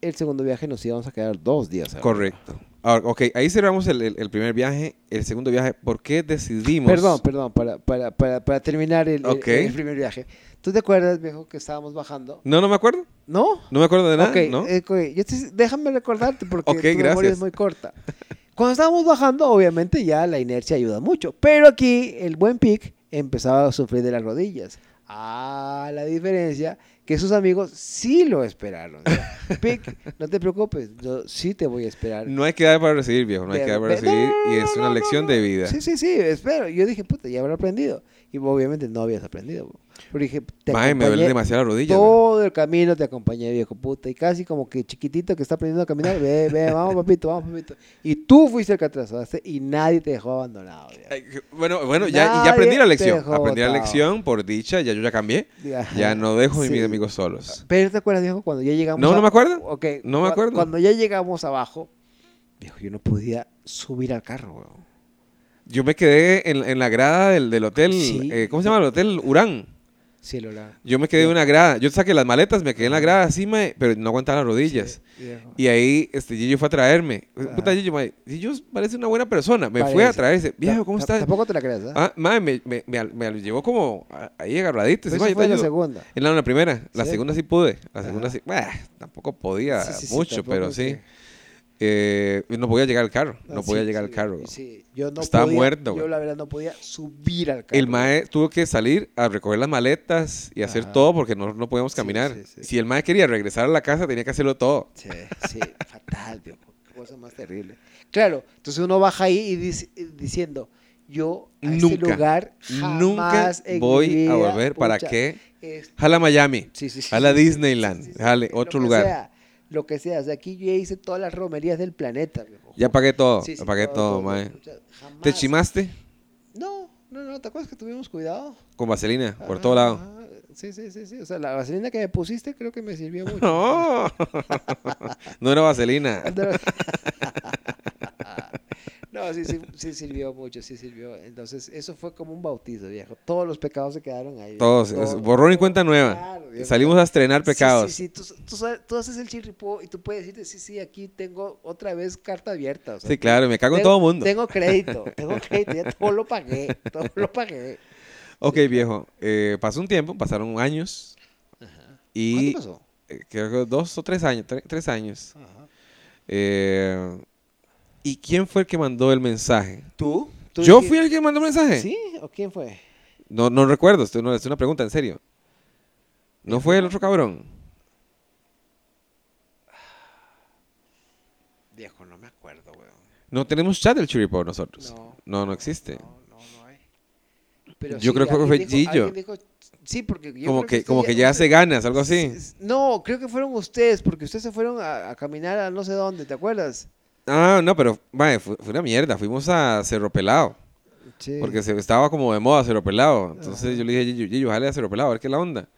el segundo viaje nos íbamos a quedar dos días. arriba.
Correcto. Ahora, ok, ahí cerramos el, el- el primer viaje. El segundo viaje, ¿por qué decidimos?
Perdón, perdón, para, para, para, para terminar el, el-
Ok.
el primer viaje. ¿Tú te acuerdas, viejo, que estábamos bajando?
No, no me acuerdo.
¿No?
No me acuerdo de nada.
Ok,
¿no?
eh, ok, yo te- déjame recordarte porque
Ok,
tu memoria
gracias.
es muy corta. Cuando estábamos bajando, obviamente ya la inercia ayuda mucho, pero aquí el buen pic empezaba a sufrir de las rodillas. Ah, la diferencia que sus amigos sí lo esperaron. Pic, no te preocupes, yo sí te voy a esperar.
No hay que dar para recibir, viejo. No hay que dar para
Ve- ve- no,
recibir.
no,
Y
no,
es
no,
una
no,
lección
no.
de vida.
Sí, sí, sí, espero. Yo dije, puta, ya habrá aprendido. Y obviamente no habías aprendido. bo. Pero dije, te
Mae, me duele
acompañé
demasiado la rodilla. mae.
todo el camino te acompañé, viejo puta. Y casi como que chiquitito que está aprendiendo a caminar. Ve, ve, vamos, papito, vamos, papito. Y tú fuiste el que atrasaste y nadie te dejó abandonado. viejo.
Ay, que- Bueno, bueno, ya, y ya
Nadie
aprendí la
te
lección.
dejó
Aprendí la
botado.
lección, por dicha, ya yo ya cambié.
Ya,
Ya no dejo a
sí.
mis amigos solos.
Pero te acuerdas, viejo, cuando ya llegamos.
No,
a-
no me acuerdo.
Ok,
No me
cua-
acuerdo.
Cuando ya llegamos abajo, viejo, yo no podía subir al carro, weón.
Yo me quedé en, en la grada del, del hotel,
Sí.
eh, ¿cómo se llama? El hotel Urán.
Sí, Lola.
Yo me quedé en una grada. Yo saqué las maletas, me quedé en la grada así, mae, pero no aguantaba las rodillas.
eh, viejo.
Y ahí este, Gillo fue a traerme. Pues,
Ajá.
Puta, Gillo, mae, Gillo parece una buena persona. Me fue a
Ah. Parece.
traerse. Viejo, ¿cómo
Ta-
estás?
Tampoco te la creas, ¿eh?
Ah, mae, me, me, me, al- me lo llevó como a- ahí agarradito.
Pero
Sí,
Pues eso
mae, yo
fue
te
la
ayudo.
segunda.
En la, en la primera, la
¿Sí?
segunda sí pude. La
Ajá.
segunda sí, bah, tampoco podía
Sí, sí, sí,
mucho,
tampoco
pero
es
sí.
que-
Eh, no podía llegar al carro,
Ah,
no podía
sí,
llegar al
sí,
carro.
sí. Yo no
Estaba
podía-
muerto,
Yo
güey.
la verdad no podía subir al carro.
El mae tuvo que salir a recoger las maletas y hacer
Ajá.
todo porque no, no podíamos
Sí,
caminar.
sí, sí.
Si el mae quería regresar a la casa, tenía que hacerlo todo.
Sí, sí, fatal, viejo. Qué cosa más terrible. Claro, entonces uno baja ahí y dice- diciendo, yo a este
Nunca,
lugar
Nunca
jamás en mi
voy a
vida,
volver. ¿Para
pucha,
qué?
es-
Jala Miami,
sí, sí, sí,
jala
sí, sí,
Disneyland,
sí, sí, sí,
jale
lo
otro
que
lugar.
sea, lo que sea. O sea, aquí yo ya hice todas las romerías del planeta, viejo.
Ya pagué todo,
Sí, sí,
ya pagué todo, mae.
pucha, jamás.
¿Te chimaste
No, no, no, ¿te acuerdas que tuvimos cuidado?
con vaselina por
Ajá,
todo lado?
ajá. Sí, sí, sí, sí. O sea, la vaselina que me pusiste creo que me sirvió mucho.
No, no era vaselina.
No, sí, sí, sí sirvió mucho, sí sirvió. Entonces, eso fue como un bautizo, viejo. Todos los pecados se quedaron ahí. viejo.
Todos,
Todo,
es- borrón y cuenta nueva.
Claro, viejo.
Salimos a estrenar pecados.
Sí, sí, sí. Tú, tú sabes- tú haces el chirripó y tú puedes decirte, sí, sí, aquí tengo otra vez carta abierta. o sea,
Sí, claro, me cago en
tengo-
todo mundo.
Tengo crédito, tengo crédito, ya todo lo pagué, todo lo pagué.
Ok, viejo. eh, pasó un tiempo, pasaron años.
¿Cuánto
Y
pasó?
eh, creo que dos o tres años. tre- tres años.
Ajá.
Eh, ¿Y quién fue el que mandó el mensaje?
¿Tú? ¿Tú
¿Yo
dijiste-
fui el que mandó el mensaje?
¿Sí? ¿O quién fue?
No, no recuerdo, esto no- es una pregunta, en serio. ¿No fue el otro cabrón?
Viejo, no me acuerdo, weón.
No tenemos chat del Chiripó nosotros.
No.
No, Pues, no, existe.
No, no, no hay. Pero
Yo creo que fue
alguien dijo-
Gillo.
alguien dijo- sí, porque yo
Como
creo
que,
usted
como que ya hace
usted-
ganas, algo así.
s- No, creo que fueron ustedes, porque ustedes se fueron a, a caminar a no sé dónde, ¿te acuerdas?
Ah, no, pero mae, fue, fue una mierda. Fuimos a Cerro Pelado.
Sí.
Porque se, estaba como de moda Cero Pelado. Entonces
Ajá.
yo le dije, Gillo, Gillo, jale a Cero Pelado, a ver qué es la onda.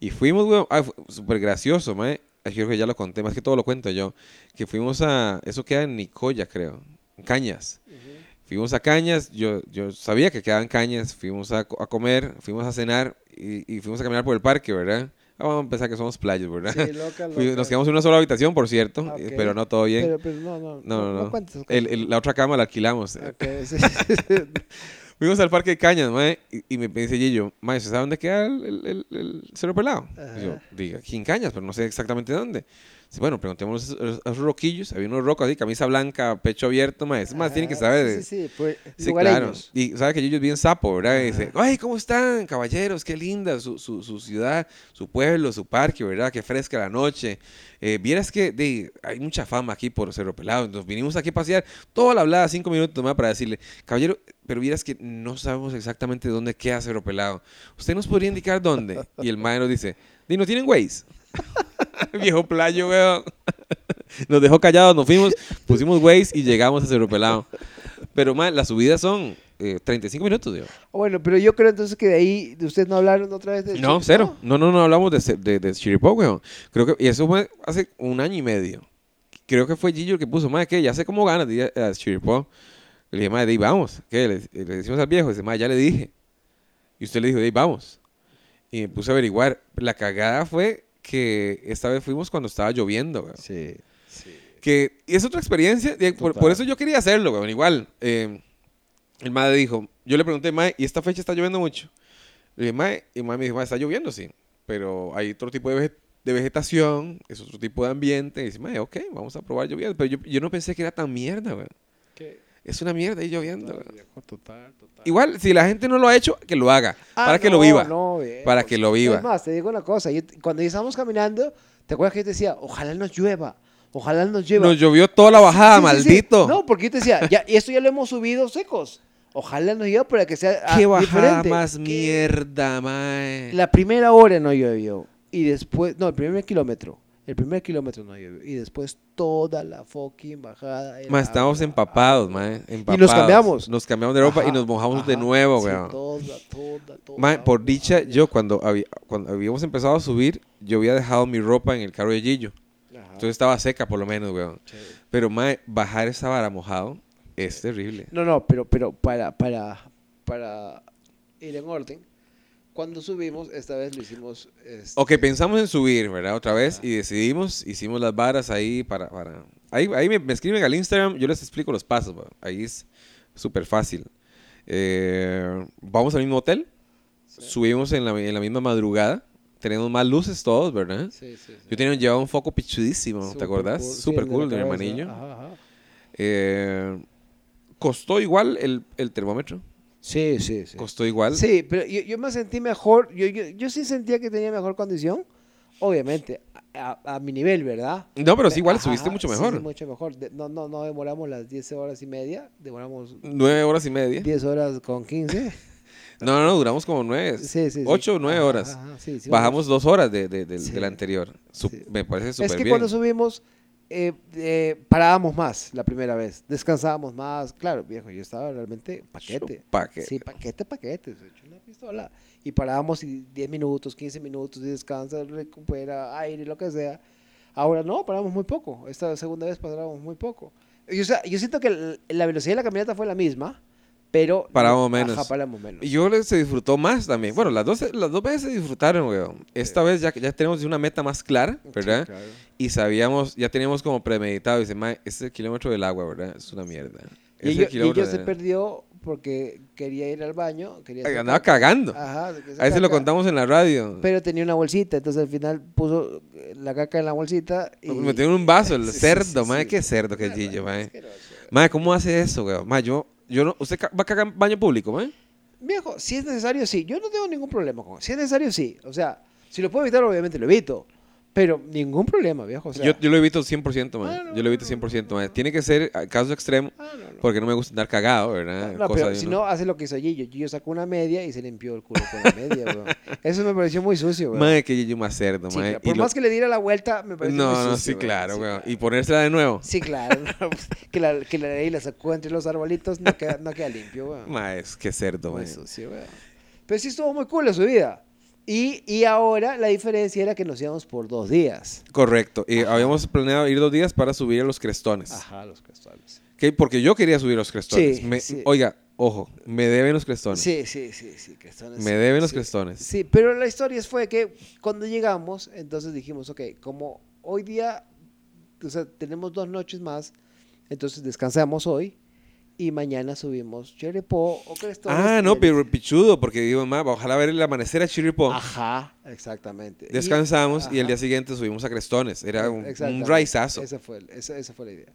Y fuimos, weón. Ay, fue súper gracioso, mae. Ay, Yo creo que ya lo conté, más que todo lo cuento yo. Que fuimos a. Eso queda en Nicoya, creo. En Cañas. Fuimos a Cañas. Yo, yo sabía que quedaban Cañas. Fuimos a, co- a comer, fuimos a cenar y, y fuimos a caminar por el parque, ¿verdad? Ah, vamos a pensar que somos playas, ¿verdad?
Sí, loca,
Fui-
loca.
Nos quedamos en una sola habitación, por cierto.
Ah,
eh,
ok.
Pero no todo bien.
Pero, pero no, no,
no, no, no.
cuentes,
El- el- la otra cama la alquilamos. eh,
Ok, sí, sí, sí.
Fuimos al parque de cañas, mae, y, y me dice Gillo, mae, ¿se sabe dónde queda el, el, el- el Cerro Pelado?
Ajá.
Y yo, diga, aquí en cañas, pero no sé exactamente dónde. Dice, bueno, preguntemos a los- a los roquillos. Había unos rocos así, camisa blanca, pecho abierto, mae. Es más, tienen que
Ah,
saber. de-
Sí, sí, pues,
Sí,
lugareños.
claro. Y sabe que Yuyo es bien sapo, ¿verdad? Y dice,
Ajá.
ay, ¿cómo están, caballeros? Qué linda su, su, su ciudad, su pueblo, su parque, ¿verdad? Qué fresca la noche. Eh, Vieras que de, hay mucha fama aquí por Cerro Pelado. Nos vinimos aquí a pasear toda la hablada, cinco minutos más para decirle, caballero, pero vieras que no sabemos exactamente dónde queda Cerro Pelado. ¿Usted nos podría indicar dónde? Y el maestro dice, ¿y no tienen Waze? Viejo playo, weón. Nos dejó callados, nos fuimos, pusimos Waze y llegamos a Cerro Pelado. Pero, man, las subidas son eh, 35 minutos, digo.
Bueno, pero yo creo entonces que de ahí ustedes no hablaron otra vez de
No, cero. No, no, no hablamos de, ce- de, de Chiripó, weón. Creo que, y eso fue hace un año y medio. Creo que fue Gillo el que puso, madre, que ya sé cómo ganas de ir a, a Chiripó. Le dije, madre, de ahí vamos. ¿Qué? Le, le decimos al viejo, dice, madre, ya le dije. Y usted le dijo, de ahí vamos. Y me puse a averiguar. La cagada fue que esta vez fuimos cuando estaba lloviendo, weón.
Sí.
Que y es otra experiencia. de- por,
Total.
por eso yo quería hacerlo, weón. Igual. eh, el madre dijo, yo le pregunté, mae, ¿y esta fecha está lloviendo mucho? Le dije, mae, y el mae me dijo, mae, está lloviendo, sí. Pero hay otro tipo de, vege- de vegetación, es otro tipo de ambiente. Y dice, mae, ok, vamos a probar lloviendo. Pero yo, yo no pensé que era tan mierda, weón. Es una mierda y lloviendo, weón.
Total, total.
Igual, si la gente no lo ha hecho, que lo haga.
Ah,
para que
no,
lo viva.
no, viejo.
Para que lo viva.
Es más, te digo una cosa. yo- cuando estábamos caminando, ¿te acuerdas que yo te decía, ojalá nos llueva? Ojalá nos llueva.
Nos llovió toda la bajada,
Sí, sí, sí.
maldito.
No, porque yo te decía, ya, y esto ya lo hemos subido secos. Ojalá nos llueva para que sea ah,
Qué bajada
diferente.
más
Qué-
mierda, mae.
La primera hora no llovió. Y después, no, el primer kilómetro. El primer kilómetro no llovió. Y después toda la fucking bajada. era
Ma, estábamos
agua,
empapados,
agua.
mae.
nos
empapados.
cambiamos.
Nos cambiamos de ropa y
Ajá,
nos mojamos de
ajá,
nuevo,
sí,
weón.
toda, toda, toda
Mae, por
agua,
dicha,
ya.
yo cuando, había- cuando habíamos empezado a subir, yo había dejado mi ropa en el carro de Gillo.
Ajá.
Entonces estaba seca, por lo menos, weón.
Chévere.
Pero, mae, bajar esa vara mojado es terrible.
No, no, pero, pero para, para, para ir en orden, cuando subimos, esta vez lo hicimos. este,
Ok, pensamos en subir, ¿verdad? Otra vez y decidimos, hicimos las varas ahí para... para... Ahí, ahí me, me escriben al Instagram, yo les explico los pasos, weón. ahí es súper fácil. Eh, vamos al mismo hotel, subimos en la, en la misma madrugada, tenemos más luces todos, ¿verdad?
Sí, sí, sí.
Yo tenía llevado un foco pichudísimo, ¿te
Súper
acordás?
cool, sí,
Súper
el de la
cool, de mi
cabeza.
hermanillo.
Ajá, ajá.
Eh, costó igual el, el termómetro,
Sí, sí, sí.
costó igual.
Sí, pero yo, yo me sentí mejor. Yo, yo, yo sí sentía que tenía mejor condición. Obviamente, a, a- a mi nivel, ¿verdad?
No, pero sí, igual
Ajá,
subiste mucho
sí,
mejor.
sí, mucho mejor. De- no, no, no demoramos las 10 horas y media. Demoramos
Nueve horas y media.
10 horas con 15.
No, no, no, duramos como nueve.
Sí, sí, sí.
Ocho o nueve
Ajá,
horas.
ajá, sí, sí,
Bajamos dos horas de, de- del-
Sí.
del anterior. Su-
Sí.
Me parece súper
Es que
bien.
cuando subimos, eh, eh, parábamos más la primera vez. Descansábamos más. Claro, viejo, yo estaba realmente paquete.
Paquete.
Sí, paquete, paquete. se echó una pistola. Y parábamos y 10 minutos, 15 minutos, y descansa, recupera aire, lo que sea. Ahora no, paramos muy poco. Esta segunda vez parábamos muy poco. Y, o sea, yo siento que el- la velocidad de la caminata fue la misma, pero...
Parábamos
Ajá,
menos.
paramos menos.
Y yo creo que se disfrutó más también. Bueno, las dos, las dos veces se disfrutaron, weón. Esta vez ya, ya tenemos una meta más clara, ¿verdad? Y sabíamos, ya teníamos como premeditado. Dice, "Mae, este es el kilómetro del agua, ¿verdad? Es una mierda.
Y
Ese
ella, y
kilómetro
ella se
de-
perdió porque quería ir al baño. Quería
Ay,
hacer
Andaba
caca.
cagando.
Ajá, Ah, se quiso
Ahí se lo
caca,
contamos en la radio.
Pero tenía una bolsita, entonces al final puso eh, la caca en la bolsita y...
Me pues Metió en un vaso, el
Sí, sí,
cerdo,
sí,
mae.
sí.
Qué cerdo, qué
Claro,
gillo, mae.
asqueroso.
Mae, ¿cómo hace eso, weón? Mae, yo, yo no. ¿Usted ca- va a cagar en baño público, mae?
Viejo, si es necesario, sí. Yo no tengo ningún problema con Si es necesario, sí. O sea, si lo puedo evitar, obviamente lo evito. Pero ningún problema, viejo. O sea,
yo, yo lo evito 100%, mae.
Ah, no,
yo lo evito
no,
100%, mae. Tiene que ser a caso extremo,
Ah, no, no.
porque no me gusta andar cagado, ¿verdad?
No, no,
Ah, Cosa
pero
de
si
uno.
no, hace lo que hizo Gillo. Gillo sacó una media y se limpió el culo con la media, weón. Eso me pareció muy sucio, weón.
Mae, que yo más cerdo,
Sí,
mae.
claro.
Y
Por
lo-
más que le diera la vuelta, me pareció muy
No,
sucio.
no, sí,
weón.
claro, weón.
claro.
Y ponérsela de nuevo.
Sí, claro. no, pues, que, la, que la ley la sacó entre los arbolitos, no queda, no queda limpio, weón.
Mae, es que cerdo,
Muy
mae.
sucio, weón. Pero sí estuvo muy cool la subida. Y, y ahora la diferencia era que nos íbamos por dos días.
Correcto. Y habíamos planeado ir dos días para subir a los crestones.
Ajá, los castales.
Que- Porque yo quería subir a los crestones.
Ah. Sí,
Me-
sí.
Oiga, ojo, me deben los crestones.
Sí, sí, sí, sí, crestones.
Me
sí,
deben los
sí.
crestones.
Sí, pero la historia fue que cuando llegamos, entonces dijimos, ok, como hoy día, o sea, tenemos dos noches más, entonces descansamos hoy y mañana subimos Cherepó o Crestón.
Ah, no, pero pichudo, porque digo, ma, ojalá ver el amanecer a Chiripó.
Ajá, exactamente. Y-
Descansamos y, el
ajá.
día siguiente subimos a Crestones. Era un, un
Exactamente.
raizazo.
Esa fue, esa, esa fue la idea.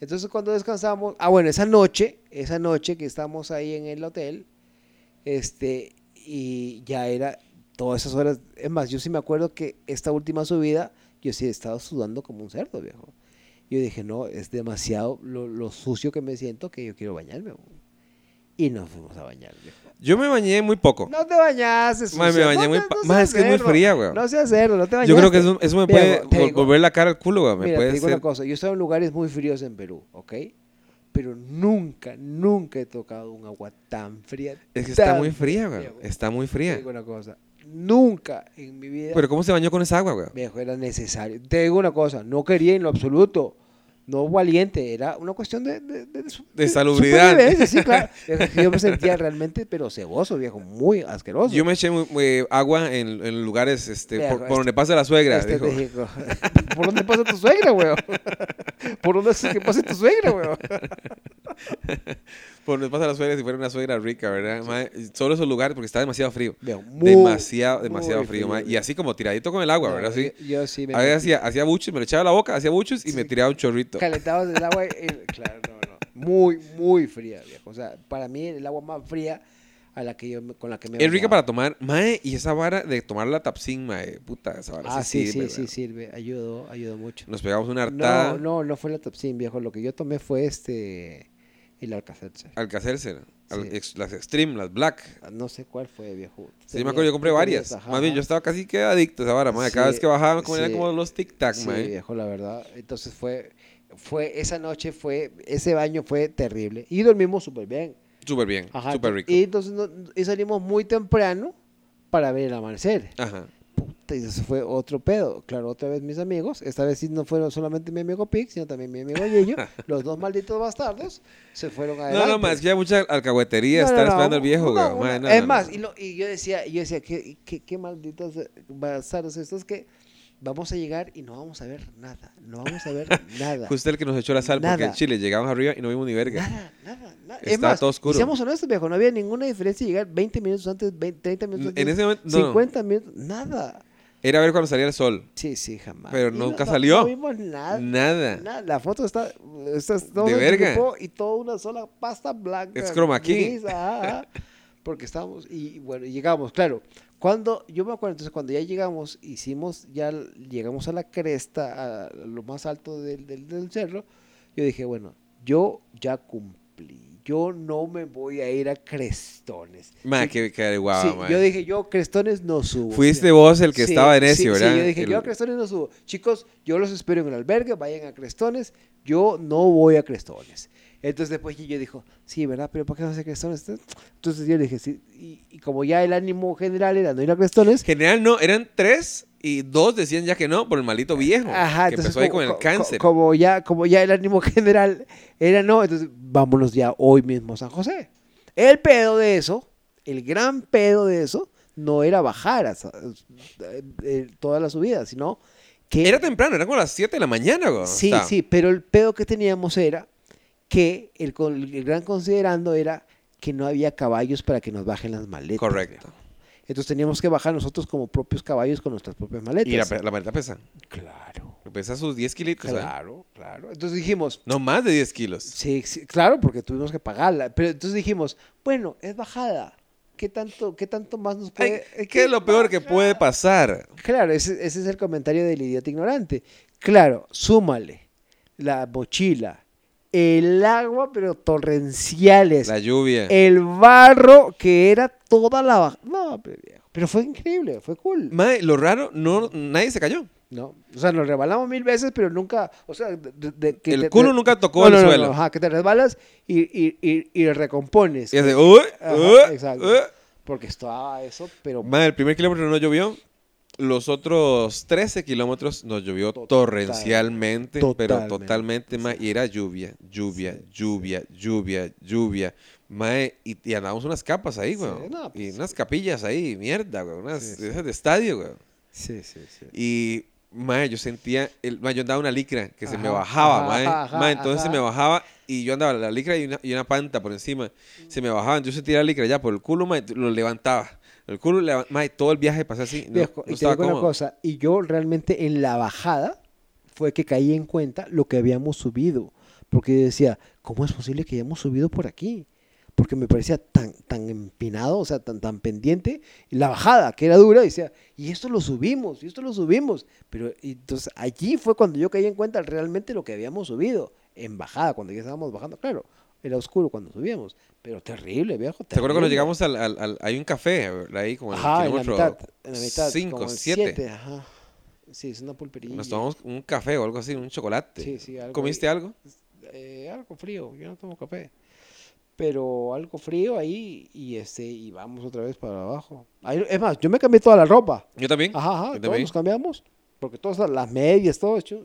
Entonces cuando descansamos, ah bueno, esa noche, esa noche que estamos ahí en el hotel, este, y ya era todas esas horas, es más, yo sí me acuerdo que esta última subida, yo sí estaba sudando como un cerdo, viejo. Yo dije, no, es demasiado lo, lo sucio que me siento que yo quiero bañarme. bo". Y nos fuimos a bañar, viejo.
Yo me bañé muy poco.
No te bañaste,
Ma, Oh. me
sucio.
bañé
No
muy
te-
pa-
no
ma,
seas
es que es muy
cerdo.
fría, weón.
No seas cerdo, no te bañaste.
Yo creo que eso, eso me puede
Viejo, te
vol-
digo-
volver la cara al culo, güey. Me
Mira,
puede
te digo
ser-
una cosa, yo he estado en lugares muy fríos en Perú, ¿ok? Pero nunca, nunca he tocado un agua tan fría.
Es que está
tan
muy fría, güey.
güey.
Está muy
Te
fría.
digo una cosa, nunca en mi vida,
Pero ¿cómo se bañó con esa agua, güey?
viejo, era necesario. Te digo una cosa, no quería en lo absoluto, no valiente, era una cuestión de... De, de, su-
De salubridad.
supervivencia, sí, claro. Es que Yo me sentía realmente, pero ceboso, viejo, muy asqueroso.
Yo me eché muy- muy agua en, en lugares este,
Viejo,
por, por
este-
donde pasa la suegra.
Este
dijo.
México. ¿Por dónde pasa tu suegra, weón? ¿Por dónde es que pase tu suegra, weón?
Por donde pasa la suegra, si fuera una suegra rica, ¿verdad? Mae, solo esos lugares porque está demasiado frío.
Viejo, muy,
demasiado, demasiado
muy
frío, mae. Y
viejo.
así como tiradito con el agua,
No,
¿verdad? Sí.
Yo, yo sí me
A veces hacía, hacía buches, me lo echaba a la boca, hacía buches y
Sí.
me tiraba un chorrito.
calentabas el agua. y- y- claro, no, no. Muy, muy fría, viejo. O sea, para mí el agua más fría a la que yo, me- con la que me.
Es rica
bañaba.
para tomar, mae, y esa vara de tomar la tapsin, mae, puta, esa vara
Ah,
sí
sí, sí,
sirve,
sí,
weón.
sirve. Ayudó, ayudó mucho.
Nos pegamos una hartada
No, no, no fue la Topsin, viejo. Lo que yo tomé fue este. El Alcacelser.
al cacerse, al-
Sí.
ex- las Extreme, las Black.
No sé cuál fue, viejo.
Sí, me acuerdo, yo compré varias. Más bien, yo estaba casi que adicto a esa vara, mae. Cada
Sí,
vez que bajaba, como
sí.
eran como los tic-tac,
Sí,
mae.
viejo, la verdad. Entonces fue, fue, esa noche fue, ese baño fue terrible. Y dormimos súper bien.
Súper bien,
Ajá,
súper rico.
Y entonces no- y salimos muy temprano para ver el amanecer.
Ajá.
Puta, y eso fue otro pedo. Claro, otra vez mis amigos, esta vez sí no fueron solamente mi amigo Pic, sino también mi amigo Yeyo, los dos malditos bastardos, se fueron adelante.
No, no, más que hay mucha alcahuetería
No, no,
estar
no,
esperando al viejo,
no,
güey.
no,
Mae,
no.
no,
es
no,
más,
no.
Y, lo- y yo decía, y yo decía, qué, qué, qué malditos eh, bastardos estos que vamos a llegar y no vamos a ver nada, no vamos a ver nada.
Justo el que nos echó la sal, porque
Nada.
en Chile llegamos arriba y no vimos ni verga.
Nada, nada, nada. es
Estaba
más,
todo
y
oscuro.
seamos honestos, viejo, no había ninguna diferencia llegar 20 minutos antes, 20, 30 minutos antes,
En ese momento, no, no.
50 minutos, nada.
Era ver cuando salía el sol.
Sí, sí, jamás.
Pero
Y
nunca salió.
No vimos nada.
Nada.
Ah, nada. La foto está, está todo
De
en
verga.
grupo y toda una sola pasta blanca.
Es chroma key.
gris, ajá, ajá. porque estábamos, y bueno, llegamos, claro. Cuando, yo me acuerdo, entonces cuando ya llegamos, hicimos, ya llegamos a la cresta, a lo más alto del, del- del cerro, yo dije, bueno, yo ya cumplí. Yo no me voy a ir a Crestones.
Mae,
Sí,
qué qué guau,
sí,
mae.
yo dije, yo Crestones no subo.
Fuiste
Sí.
vos el que
Sí,
estaba en ese,
sí,
¿verdad?
Sí, yo dije,
El-
yo a Crestones no subo. Chicos, yo los espero en el albergue, vayan a Crestones, yo no voy a Crestones. Entonces después yo dijo, sí, ¿verdad? Pero ¿para qué vas a Crestones? Entonces yo le dije, sí. Y, y como ya el ánimo general era no ir a Crestones,
General no, eran tres y dos decían ya que no por el
Ah,
malito viejo. que empezó ahí con el
co- co-
cáncer.
como, ya, como ya el ánimo general era no, entonces vámonos ya hoy mismo a San José. El pedo de eso, el gran pedo de eso, no era bajar a Sa- eh, eh, toda la subida, sino que...
Era temprano, eran como las 7 de la mañana, güey.
Sí,
O sea,
sí, pero el pedo que teníamos era que el, con- el gran considerando era que no había caballos para que nos bajen las maletas.
Correcto.
Entonces teníamos que bajar nosotros como propios caballos con nuestras propias maletas.
Y la, pe- la maleta pesa.
Claro,
Pesa sus 10 kilitos. ¿eh?
claro, claro. Entonces dijimos,
No más de 10 kilos.
sí, sí, claro, porque tuvimos que pagarla. Pero entonces dijimos, bueno, es bajada. ¿Qué tanto, qué tanto más nos puede...?
Ay, ¿Qué es lo peor que puede pasar?
Claro, ese, ese es el comentario del idiota ignorante. Claro, súmale la mochila, el agua, pero torrenciales,
La lluvia.
el barro que era toda la baja. No, pero, viejo, pero fue increíble, fue cool.
Mae, lo raro, no, nadie se cayó.
No, o sea, nos rebalamos mil veces, pero nunca, o sea, de- de- de- que
El
te-
culo
te-
nunca tocó
No,
el
no, no,
suelo.
no, ajá, que te resbalas y, y, y, y recompones.
Y hace, "Uh,
Ajá,
uh,
exacto.
uh".
Porque estaba eso, pero
Mae, el primer kilómetro no llovió. Los otros 13 kilómetros nos llovió
Total-
torrencialmente, pero
totalmente.
totalmente, mae. Y era lluvia, lluvia, lluvia, lluvia, lluvia. Mae, y, y andábamos unas capas ahí,
Sí,
güey.
no,
y
pues,
unas capillas ahí, mierda, güey. Unas
Sí,
de esas de estadio, güey.
Sí, sí, sí.
Y Mae, yo sentía, el, mae, yo andaba una licra que se me
Ajá,
bajaba,
ajá,
mae.
ajá,
Mae, entonces
ajá.
se me bajaba y yo andaba la licra y una, y una panta por encima. Se me bajaban, yo sentía la licra ya por el culo, mae, lo levantaba. El culo, leva- mae, todo el viaje pasé así. No,
Viejo,
no
y te
estaba
digo una
cómodo.
cosa, y yo realmente en la bajada fue que caí en cuenta lo que habíamos subido, porque yo decía, ¿cómo es posible que hayamos subido por aquí? Porque me parecía tan, tan empinado, o sea, tan, tan pendiente, y la bajada, que era dura, y decía, y esto lo subimos, y esto lo subimos, pero y entonces allí fue cuando yo caí en cuenta realmente lo que habíamos subido, en bajada, cuando ya estábamos bajando, claro, era oscuro cuando subíamos, pero terrible, viejo,
¿Te acuerdas
terrible.
cuando llegamos al, al- al- Hay un café ahí como en el
Ajá, en la
kilómetro
mitad, en la mitad,
5,
como el
7.
siete, ajá. Sí, es una pulpería.
Nos tomamos un café o algo así, un chocolate.
Sí, sí, algo
¿Comiste
ahí.
algo?
Eh, algo frío, yo no tomo café. Pero algo frío ahí y este y vamos otra vez para abajo. Ahí- es más, yo me cambié toda la ropa.
Yo también.
Ajá, ajá,
Yo
todos
también.
nos cambiamos. Porque todas las medias, todo hecho.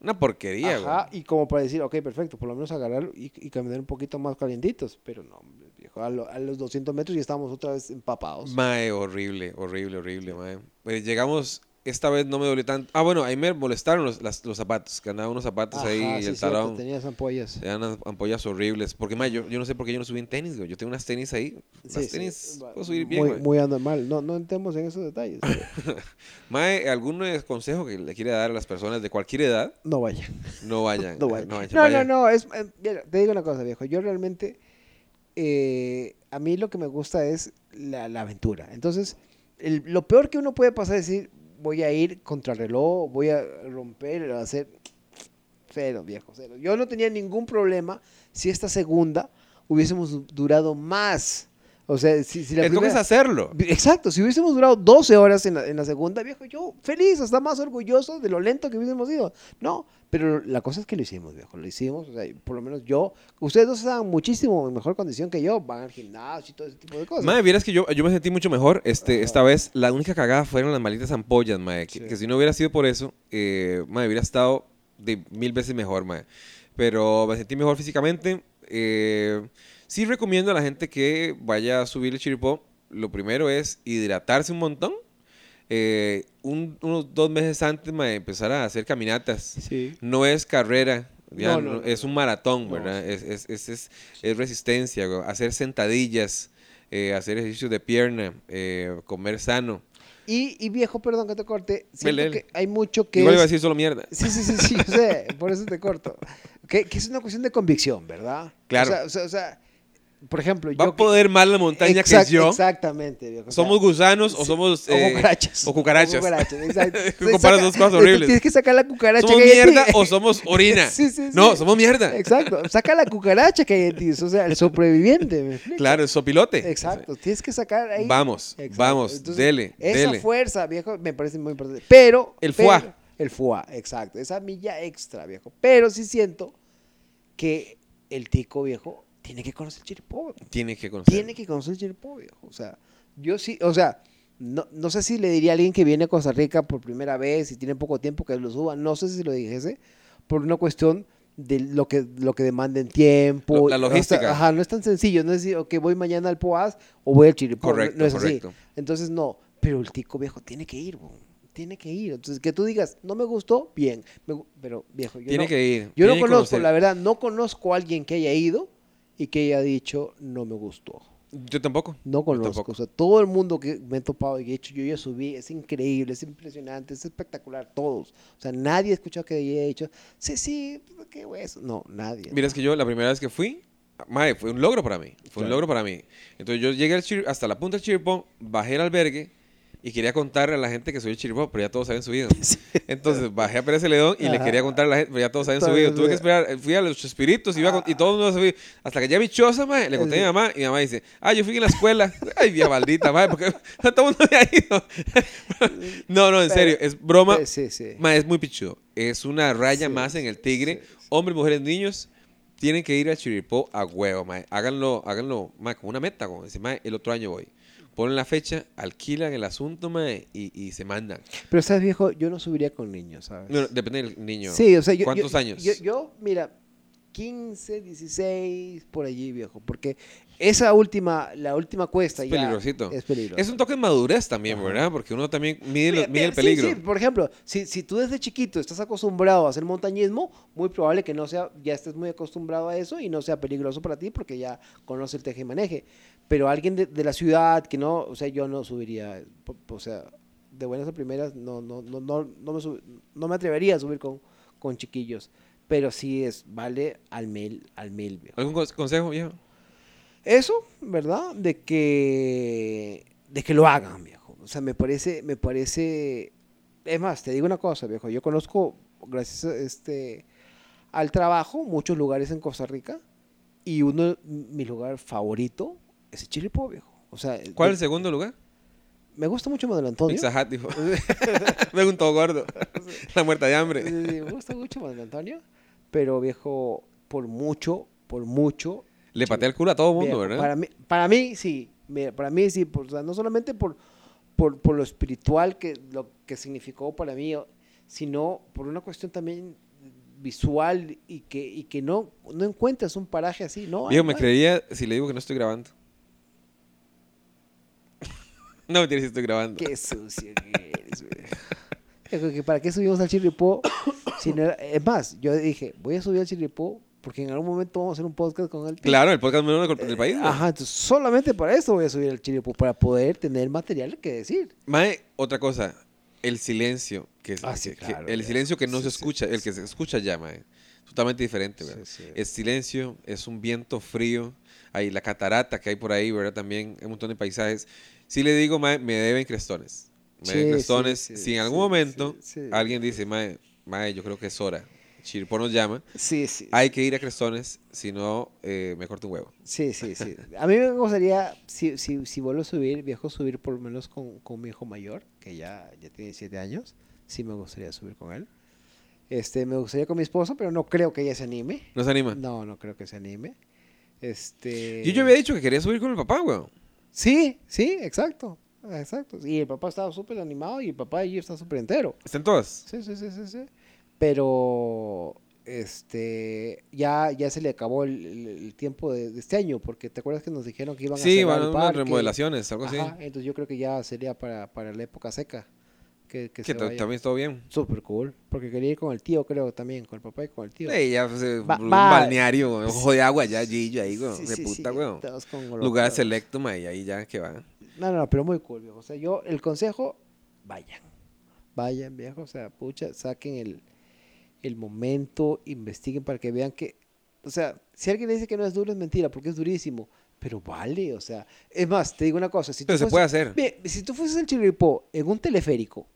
Una porquería, güey.
Ajá, y como para decir, ok, perfecto, por lo menos agarrar y, y caminar un poquito más calientitos. Pero no, hombre, viejo, a, lo- a los 200 metros ya estábamos otra vez empapados.
Mae, horrible, horrible, horrible, mae. Eh, llegamos, esta vez no me dolió tanto. Ah, bueno, ahí me molestaron los, las- los zapatos, que andaban unos zapatos
Ajá,
ahí y
sí,
el
cierto,
talón.
tenías ampollas.
Eran unas ampollas horribles. Porque, mae, yo, yo no sé por qué yo no subí en tenis, güey. Yo tengo unas tenis ahí.
Sí,
Las
sí,
tenis
va-
puedo subir bien,
muy,
güey.
muy anormal. No, no entremos en esos detalles. pero
Mae, ¿algún eh, consejo que le quiere dar a las personas de cualquier edad?
no vayan.
No vayan.
No vayan. No,
No, vayan,
no, no.
vayan.
es, eh, mira, te digo una cosa, viejo. Yo realmente. eh, a mí lo que me gusta es la, la aventura. Entonces, el- lo peor que uno puede pasar es decir: voy a ir contra reloj, voy a romper, a hacer. Cero, viejo, cero. Yo no tenía ningún problema si esta segunda hubiésemos du- durado más. O sea, si, si la
El toque es
primera-
hacerlo.
Exacto, si hubiésemos durado 12 horas en la, en la segunda, viejo, yo feliz, hasta más orgulloso de lo lento que hubiésemos ido. No, pero la cosa es que lo hicimos, viejo, lo hicimos, o sea, por lo menos yo, ustedes dos estaban muchísimo en mejor condición que yo, van al gimnasio y todo ese tipo de cosas.
Mae, vieras que yo, yo me sentí mucho mejor. Este,
Ajá.
Esta vez la única cagada fueron las malditas ampollas, mae. Que,
Sí.
que si no hubiera sido por eso, eh, mae, hubiera estado de mil veces mejor, mae. Pero me sentí mejor físicamente. Eh, sí recomiendo a la gente que vaya a subir el chiripó. Lo primero es hidratarse un montón. Eh, un- unos dos meses antes, mae, empezar a hacer caminatas
sí.
no es carrera, ya,
No, no,
no-
no,
es
no.
un maratón,
No,
¿verdad? Es, es- es- es- es resistencia, güey. hacer sentadillas, eh, hacer ejercicios de pierna, eh, comer sano.
Y, y viejo, perdón que te corte, siento
Belén.
que hay mucho que...
Igual iba a
es-
decir solo mierda.
Sí, sí, sí, sí, yo sé, por eso te corto. Que, que es una cuestión de convicción, ¿verdad? O
Claro.
sea, o sea, o sea, por ejemplo,
Va
yo...
a poder más la montaña
Exact-
que yo.
Exactamente, viejo. o sea,
Somos gusanos o
Sí,
somos...
o
eh,
cucarachas.
o cucarachas.
O cucarachas, exacto.
Comparas
Saca-
dos cosas
tú
horribles.
Tienes que sacar la cucaracha
¿Somos
que hay en
mierda
ti.
o somos orina?
Sí, sí, sí.
No, somos mierda.
Exacto. Saca la cucaracha que hay en ti. O sea, el sobreviviente. ¿me explico?
Claro, sopilote.
Exacto. Tienes que sacar ahí.
Vamos,
Exacto.
vamos,
Entonces,
dele,
Esa
dele.
fuerza, viejo, me parece muy importante. Pero.
El
pero-
foie.
El foie, exacto. Esa milla extra, viejo. Pero sí siento que el tico, viejo, tiene que conocer el chiripó.
Tiene que conocer.
Tiene que conocer el chiripó, viejo. O sea, yo sí, o sea, no, no sé si le diría a alguien que viene a Costa Rica por primera vez y tiene poco tiempo que lo suba, no sé si lo dijese, por una cuestión de lo que, lo que demanda en tiempo.
Lo- la
O sea,
logística.
ajá, no es tan sencillo, no es decir, ok, voy mañana al Poaz o voy al chiripó. no-
Correcto,
no es
correcto.
así. Entonces, no, pero el tico viejo tiene que ir, weón, Tiene que ir. Entonces, que tú digas, no me gustó, bien. me gu- pero, viejo, yo
Tiene
no-
que ir.
yo no
tiene que
conozco,
conocer.
la verdad, no conozco a alguien que haya ido y que haya dicho no me gustó.
Yo tampoco.
No
tampoco.
conozco. O sea, todo el mundo que me he topado y que he hecho, yo ya subí, es increíble, es impresionante, es espectacular, todos. O sea, nadie ha escuchado que haya dicho, sí, sí, pues, qué hueso. No, nadie.
Mira, es que yo la primera vez que fui, mae, fue un logro para mí. Fue un
Claro.
logro para mí. Entonces yo llegué al chir- hasta la punta del chiripón, bajé al albergue y quería contarle a la gente que soy el chiripón, pero ya todos habían subido. Entonces bajé a Pérez Celedón y le
Ajá.
quería contar a la gente, pero ya todos habían
Todos
subido.
habían
Tuve que
subido.
esperar, eh, fui a los espíritus y, iba a con- y todo el mundo subió. Hasta que ya mi choza, mae, le conté a mi
Sí.
mamá y mi mamá dice, ah, yo fui en la escuela. Ay, vía maldita, mae, porque todo el mundo había ido. no, no, en
Pero-
serio, es broma.
Sí, sí, sí.
Ma, es muy pichudo. Es una raya
Sí,
más en el
sí,
tigre.
sí, sí.
Hombres, mujeres, niños tienen que ir a Chiripó a huevo, ma. Háganlo, háganlo, ma, como una meta, como dice, ma, el otro año voy. Ponen la fecha, alquilan el asunto, ma, y, y se mandan.
Pero, ¿sabes, viejo? Yo no subiría con niños, ¿sabes?
No, no, depende del niño.
Sí, o sea, yo,
¿Cuántos
yo-
años?
Yo, yo, mira, 15, 16, por allí, viejo, porque Esa última, la última cuesta
Es
ya
peligrosito.
es peligroso.
Es un toque de madurez también, ¿verdad? Porque uno también mide, lo-
Pe-
mide el
sí,
peligro.
sí, por ejemplo, si, si tú desde chiquito estás acostumbrado a hacer montañismo, muy probable que no sea, ya estés muy acostumbrado a eso y no sea peligroso para ti porque ya conoce el teje y maneje. Pero alguien de, de la ciudad que no, o sea, yo no subiría, po- po- o sea, de buenas a primeras no, no, no, no, no me, sub- no me atrevería a subir con, con chiquillos. Pero sí es, vale al mil, al mil, viejo.
¿Algún cons- consejo, viejo?
Eso, ¿verdad? De que, de que lo hagan, viejo. O sea, me parece, me parece... Es más, te digo una cosa, viejo. Yo conozco, gracias a este, al trabajo, muchos lugares en Costa Rica. Y uno, mi lugar favorito es el Chirripó, viejo. O sea,
¿Cuál es
me,
el segundo lugar?
me gusta mucho Manuel Antonio.
Pizza Hut, dijo. Me un todo gordo. La muerta de hambre.
Sí, sí, me gusta mucho Manuel Antonio. Pero, viejo, por mucho, por mucho,
Le patea el culo a todo el mundo,
Viejo,
¿verdad?
Para mí, para mí sí, mira, para mí sí, por- o sea, no solamente por, por, por lo espiritual que lo que significó para mí, o- sino por una cuestión también visual y que, y que no, no encuentras un paraje así, ¿no?
Viejo,
hay,
me
no hay.
creería si le digo que no estoy grabando. No me tienes si estoy grabando.
Qué sucio que eres, güey. Viejo, que ¿Para qué subimos al Chirripó? Si no era- es más, yo dije, voy a subir al Chirripó porque en algún momento vamos a hacer un podcast con él.
Claro, el podcast número uno del del país. ¿no?
Eh, Ajá, entonces solamente para eso voy a subir al Chirripó, para poder tener material que decir.
Mae, otra cosa. El silencio. Que, es-
Ah, sí,
que- que-
claro,
el
ya.
silencio que no
Sí,
se
sí,
escucha, el que se escucha ya, mae. Totalmente diferente, ¿verdad?
Sí, sí.
Es silencio, es un viento frío. Hay la catarata que hay por ahí, ¿verdad? También hay un montón de paisajes. Si le digo, mae, me deben crestones. Me
Sí,
deben crestones.
sí, sí,
si en algún
sí,
momento
sí, sí.
alguien dice, mae, mae, yo creo que es hora. Chirpo nos llama.
Sí, sí.
Hay que ir a crestones, si no, eh, me corto un huevo.
Sí, sí, sí. A mí me gustaría, si, si, si vuelvo a subir, viejo, subir por lo menos con, con mi hijo mayor, que ya, ya tiene siete años. Sí, me gustaría subir con él. Este, me gustaría con mi esposa, pero no creo que ella se anime.
¿No se anima?
No, no creo que se anime. Este.
Yo, yo había dicho que quería subir con el papá, weón.
Sí, sí, exacto. Exacto. Y el papá estaba súper animado y el papá allí está súper entero.
¿Están todas?
Sí, sí, sí, sí, sí. Pero este ya, ya se le acabó el, el- el tiempo de, de este año, porque te acuerdas que nos dijeron que iban a
Sí,
cerrar
van a
el
unas
parque?
remodelaciones, algo así.
Ajá, entonces yo creo que ya sería para, para la época seca. Que, que
Que
se
ta-
vaya.
también todo bien.
Súper cool. Porque quería ir con el tío, creo, también, con el papá y con el tío.
Ey, ya, pues, eh,
Va-
un
va-
balneario, weón, ojo de agua, ya, Gillo, ahí, weón.
Sí,
de
sí,
puta,
sí,
weón.
todos con olor,
Lugar
claro.
selecto, ma, y ahí ya que va.
No, no, no, pero muy cool, viejo. O sea, yo, el consejo, vayan. Vayan, viejo. O sea, pucha, saquen el, el momento, investiguen para que vean que. O sea, si alguien le dice que no es duro, es mentira, porque es durísimo. Pero vale, o sea. Es más, te digo una cosa. Si tú
Pero se
fueses-
puede hacer.
Ve, si tú fueses el chirripó en un teleférico,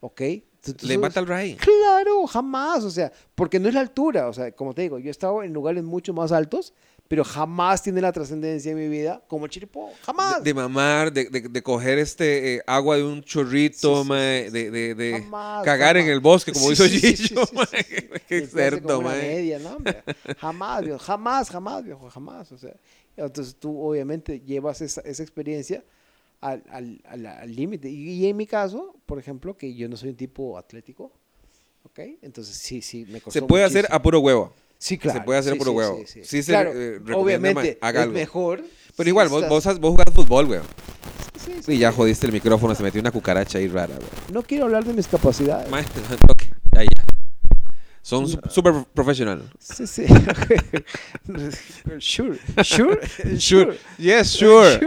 ¿ok? Tú- tú
Le
subes-
mata al Ray.
Claro, jamás, o sea, porque no es la altura, o sea, como te digo, yo he estado en lugares mucho más altos, pero jamás tiene la trascendencia en mi vida como el chiripó, jamás.
De, de mamar, de, de, de coger este eh, agua de un chorrito,
Sí, sí,
ma,
sí, sí,
de, de, de
Jamás,
cagar en
jamás.
el bosque, como
Sí,
hizo
sí, sí, sí,
Gillo,
sí,
ma.
sí, sí.
Qué
Después hace como
cerdo,
una
ma.
media, ¿no, hombre? Jamás, viejo, jamás, jamás, viejo, jamás. O sea, entonces tú obviamente llevas esa, esa experiencia al al- al- al límite. y, y en mi caso, por ejemplo, que yo no soy un tipo atlético, ¿ok? Entonces sí, sí, me costó
Se puede hacer
muchísimo.
a puro huevo.
Sí,
se
claro.
puede hacer
sí,
por
sí,
huevo.
Sí, sí.
Sí se,
Claro,
eh, recomienda,
obviamente,
ma, haga
es
algo.
mejor.
Pero
si
igual, vos,
estás-
vos, has- vos jugás fútbol, weón.
sí, sí,
Y ya
sí.
jodiste el micrófono, se metió una cucaracha ahí rara, weón.
No quiero hablar de mis capacidades.
Mae, te dan toque. Ahí ya. Son su- super profesional.
Sí, sí. sure, sure, sure.
Yes,
Sure.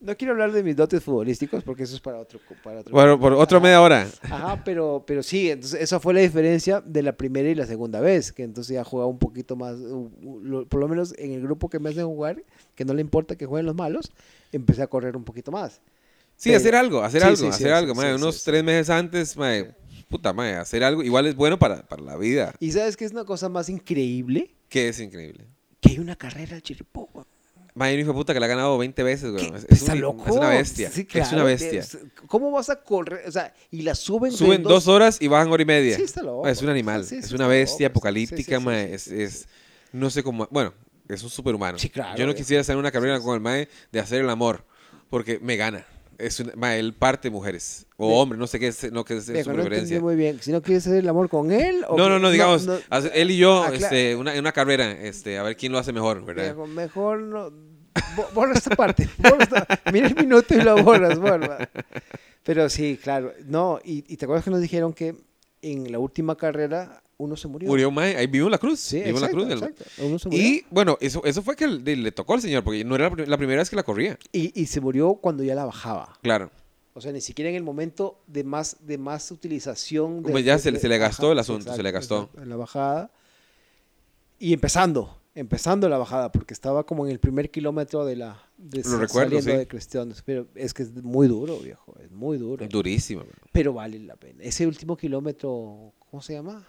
no quiero hablar de mis dotes futbolísticos porque eso es para otro. Para otro
Bueno, por otra
Ajá.
media hora.
Ajá, pero, pero sí, entonces esa fue la diferencia de la primera y la segunda vez, que entonces ya jugaba un poquito más, u- u- lo- por lo menos en el grupo que me hacen jugar, que no le importa que jueguen los malos, empecé a correr un poquito más.
Sí,
Pero-
hacer algo, hacer
Sí,
algo,
sí, sí,
hacer
sí,
algo,
sí,
mae,
sí,
Unos
sí.
tres meses antes, mae, puta mae, hacer algo. Igual es bueno para, para la vida,
Y sabes que es una cosa más increíble
que es increíble.
que hay una carrera al chiripó. güey.
Mae, un hijo de puta que la ha ganado 20 veces, güey.
¿Qué?
Es, es
está
un-
loco.
es una bestia.
Sí,
Es
claro,
una bestia.
es- ¿Cómo vas a correr? O sea, y la suben. de
Suben dos horas y bajan hora y media.
Sí, está loco.
Mae, es un animal,
Sí, sí,
es
sí,
una
está
bestia
loco. Sí, sí, sí,
apocalíptica,
sí,
mae,
sí,
Es,
sí,
es- no sé cómo, bueno, es un superhumano.
Sí, claro, eh.
Yo no
viejo.
quisiera hacer una carrera con el mae de hacer el amor, porque me gana. Es una- ma, él parte mujeres. O
Ve-
hombre, no sé qué es, no, qué es
Viejo,
su
no entendí
preferencia.
muy bien. Si no quieres hacer el amor con él o
No, no, no, digamos,
no,
hace- él y yo,
Ah, claro.
este, una, en una carrera, este, a ver quién lo hace mejor, ¿verdad?
viejo, mejor no bo- borra esta parte. borra esta- mira el minuto y lo borras, borra. Pero sí, claro. No, y, y te acuerdas que nos dijeron que en la última carrera uno se murió.
Murió Mae, ahí vivo en la cruz.
Sí,
vivo en la
exacto,
cruz. del-
exacto. Uno se murió.
Y bueno, eso, eso fue que le, le tocó al señor, porque no era la, prim- la primera vez que la corría.
Y- y se murió cuando ya la bajaba.
Claro.
O sea, ni siquiera en el momento de más, de más utilización.
Como
de-
ya
de-
se le-
de-
se le gastó el asunto, se le gastó.
exacto, En la bajada. Y empezando, empezando la bajada, porque estaba como en el primer kilómetro de la. De,
Lo recuerdo,
saliendo
sí.
de Cristianos. Pero es que es muy duro, viejo. Es muy duro.
Durísimo. bro.
Pero vale la pena. Ese último kilómetro, ¿cómo se llama?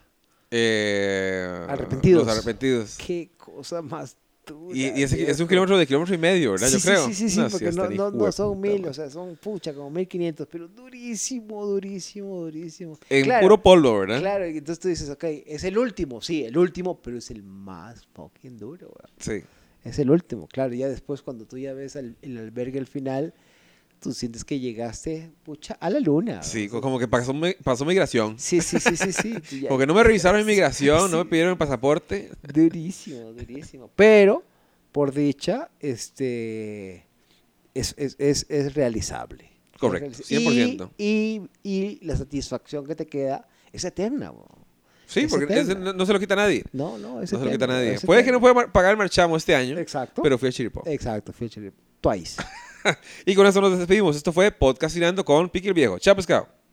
Eh,
Arrepentidos.
Los arrepentidos.
Qué cosa más dura.
Y, y ese- es
viejo.
un kilómetro de kilómetro y medio, ¿verdad?
Sí,
Yo
sí,
creo.
Sí, sí, sí, porque
está
no,
ni
no- no
jue-
son
puta,
mil,
man.
o sea, son pucha, como mil quinientos, pero durísimo, durísimo, durísimo.
En
Claro,
puro polvo, ¿verdad?
Claro, y entonces tú dices, ok, es el último, sí, el último, pero es el más fucking duro, weón.
Sí.
Es el último, claro, y ya después cuando tú ya ves al- el albergue al final, tú sientes que llegaste, pucha, a la luna.
Sí,
weón.
co- como que pasó, mi- pasó migración.
Ah, sí, sí, sí, sí, sí. tú ya-
Como que no me revisaron inmigración, no me
Sí.
pidieron el pasaporte.
Durísimo, durísimo. Pero, por dicha, este es, es, es, es realizable.
Correcto,
Es realiz-
100%.
Y, y, y la satisfacción que te queda es eterna, bro.
Sí,
Es
porque
eterna.
ese no, no se lo quita nadie.
No, no, es
No se lo quita
eterna,
nadie.
es
Puede que no
eterna.
pueda mar- pagar el marchamo este año,
Exacto. Eh.
pero fui a Chiripó.
Exacto, feature. Twice.
Y con eso nos despedimos. Esto fue Podcastinando con Pique el Viejo. Chao, pescado.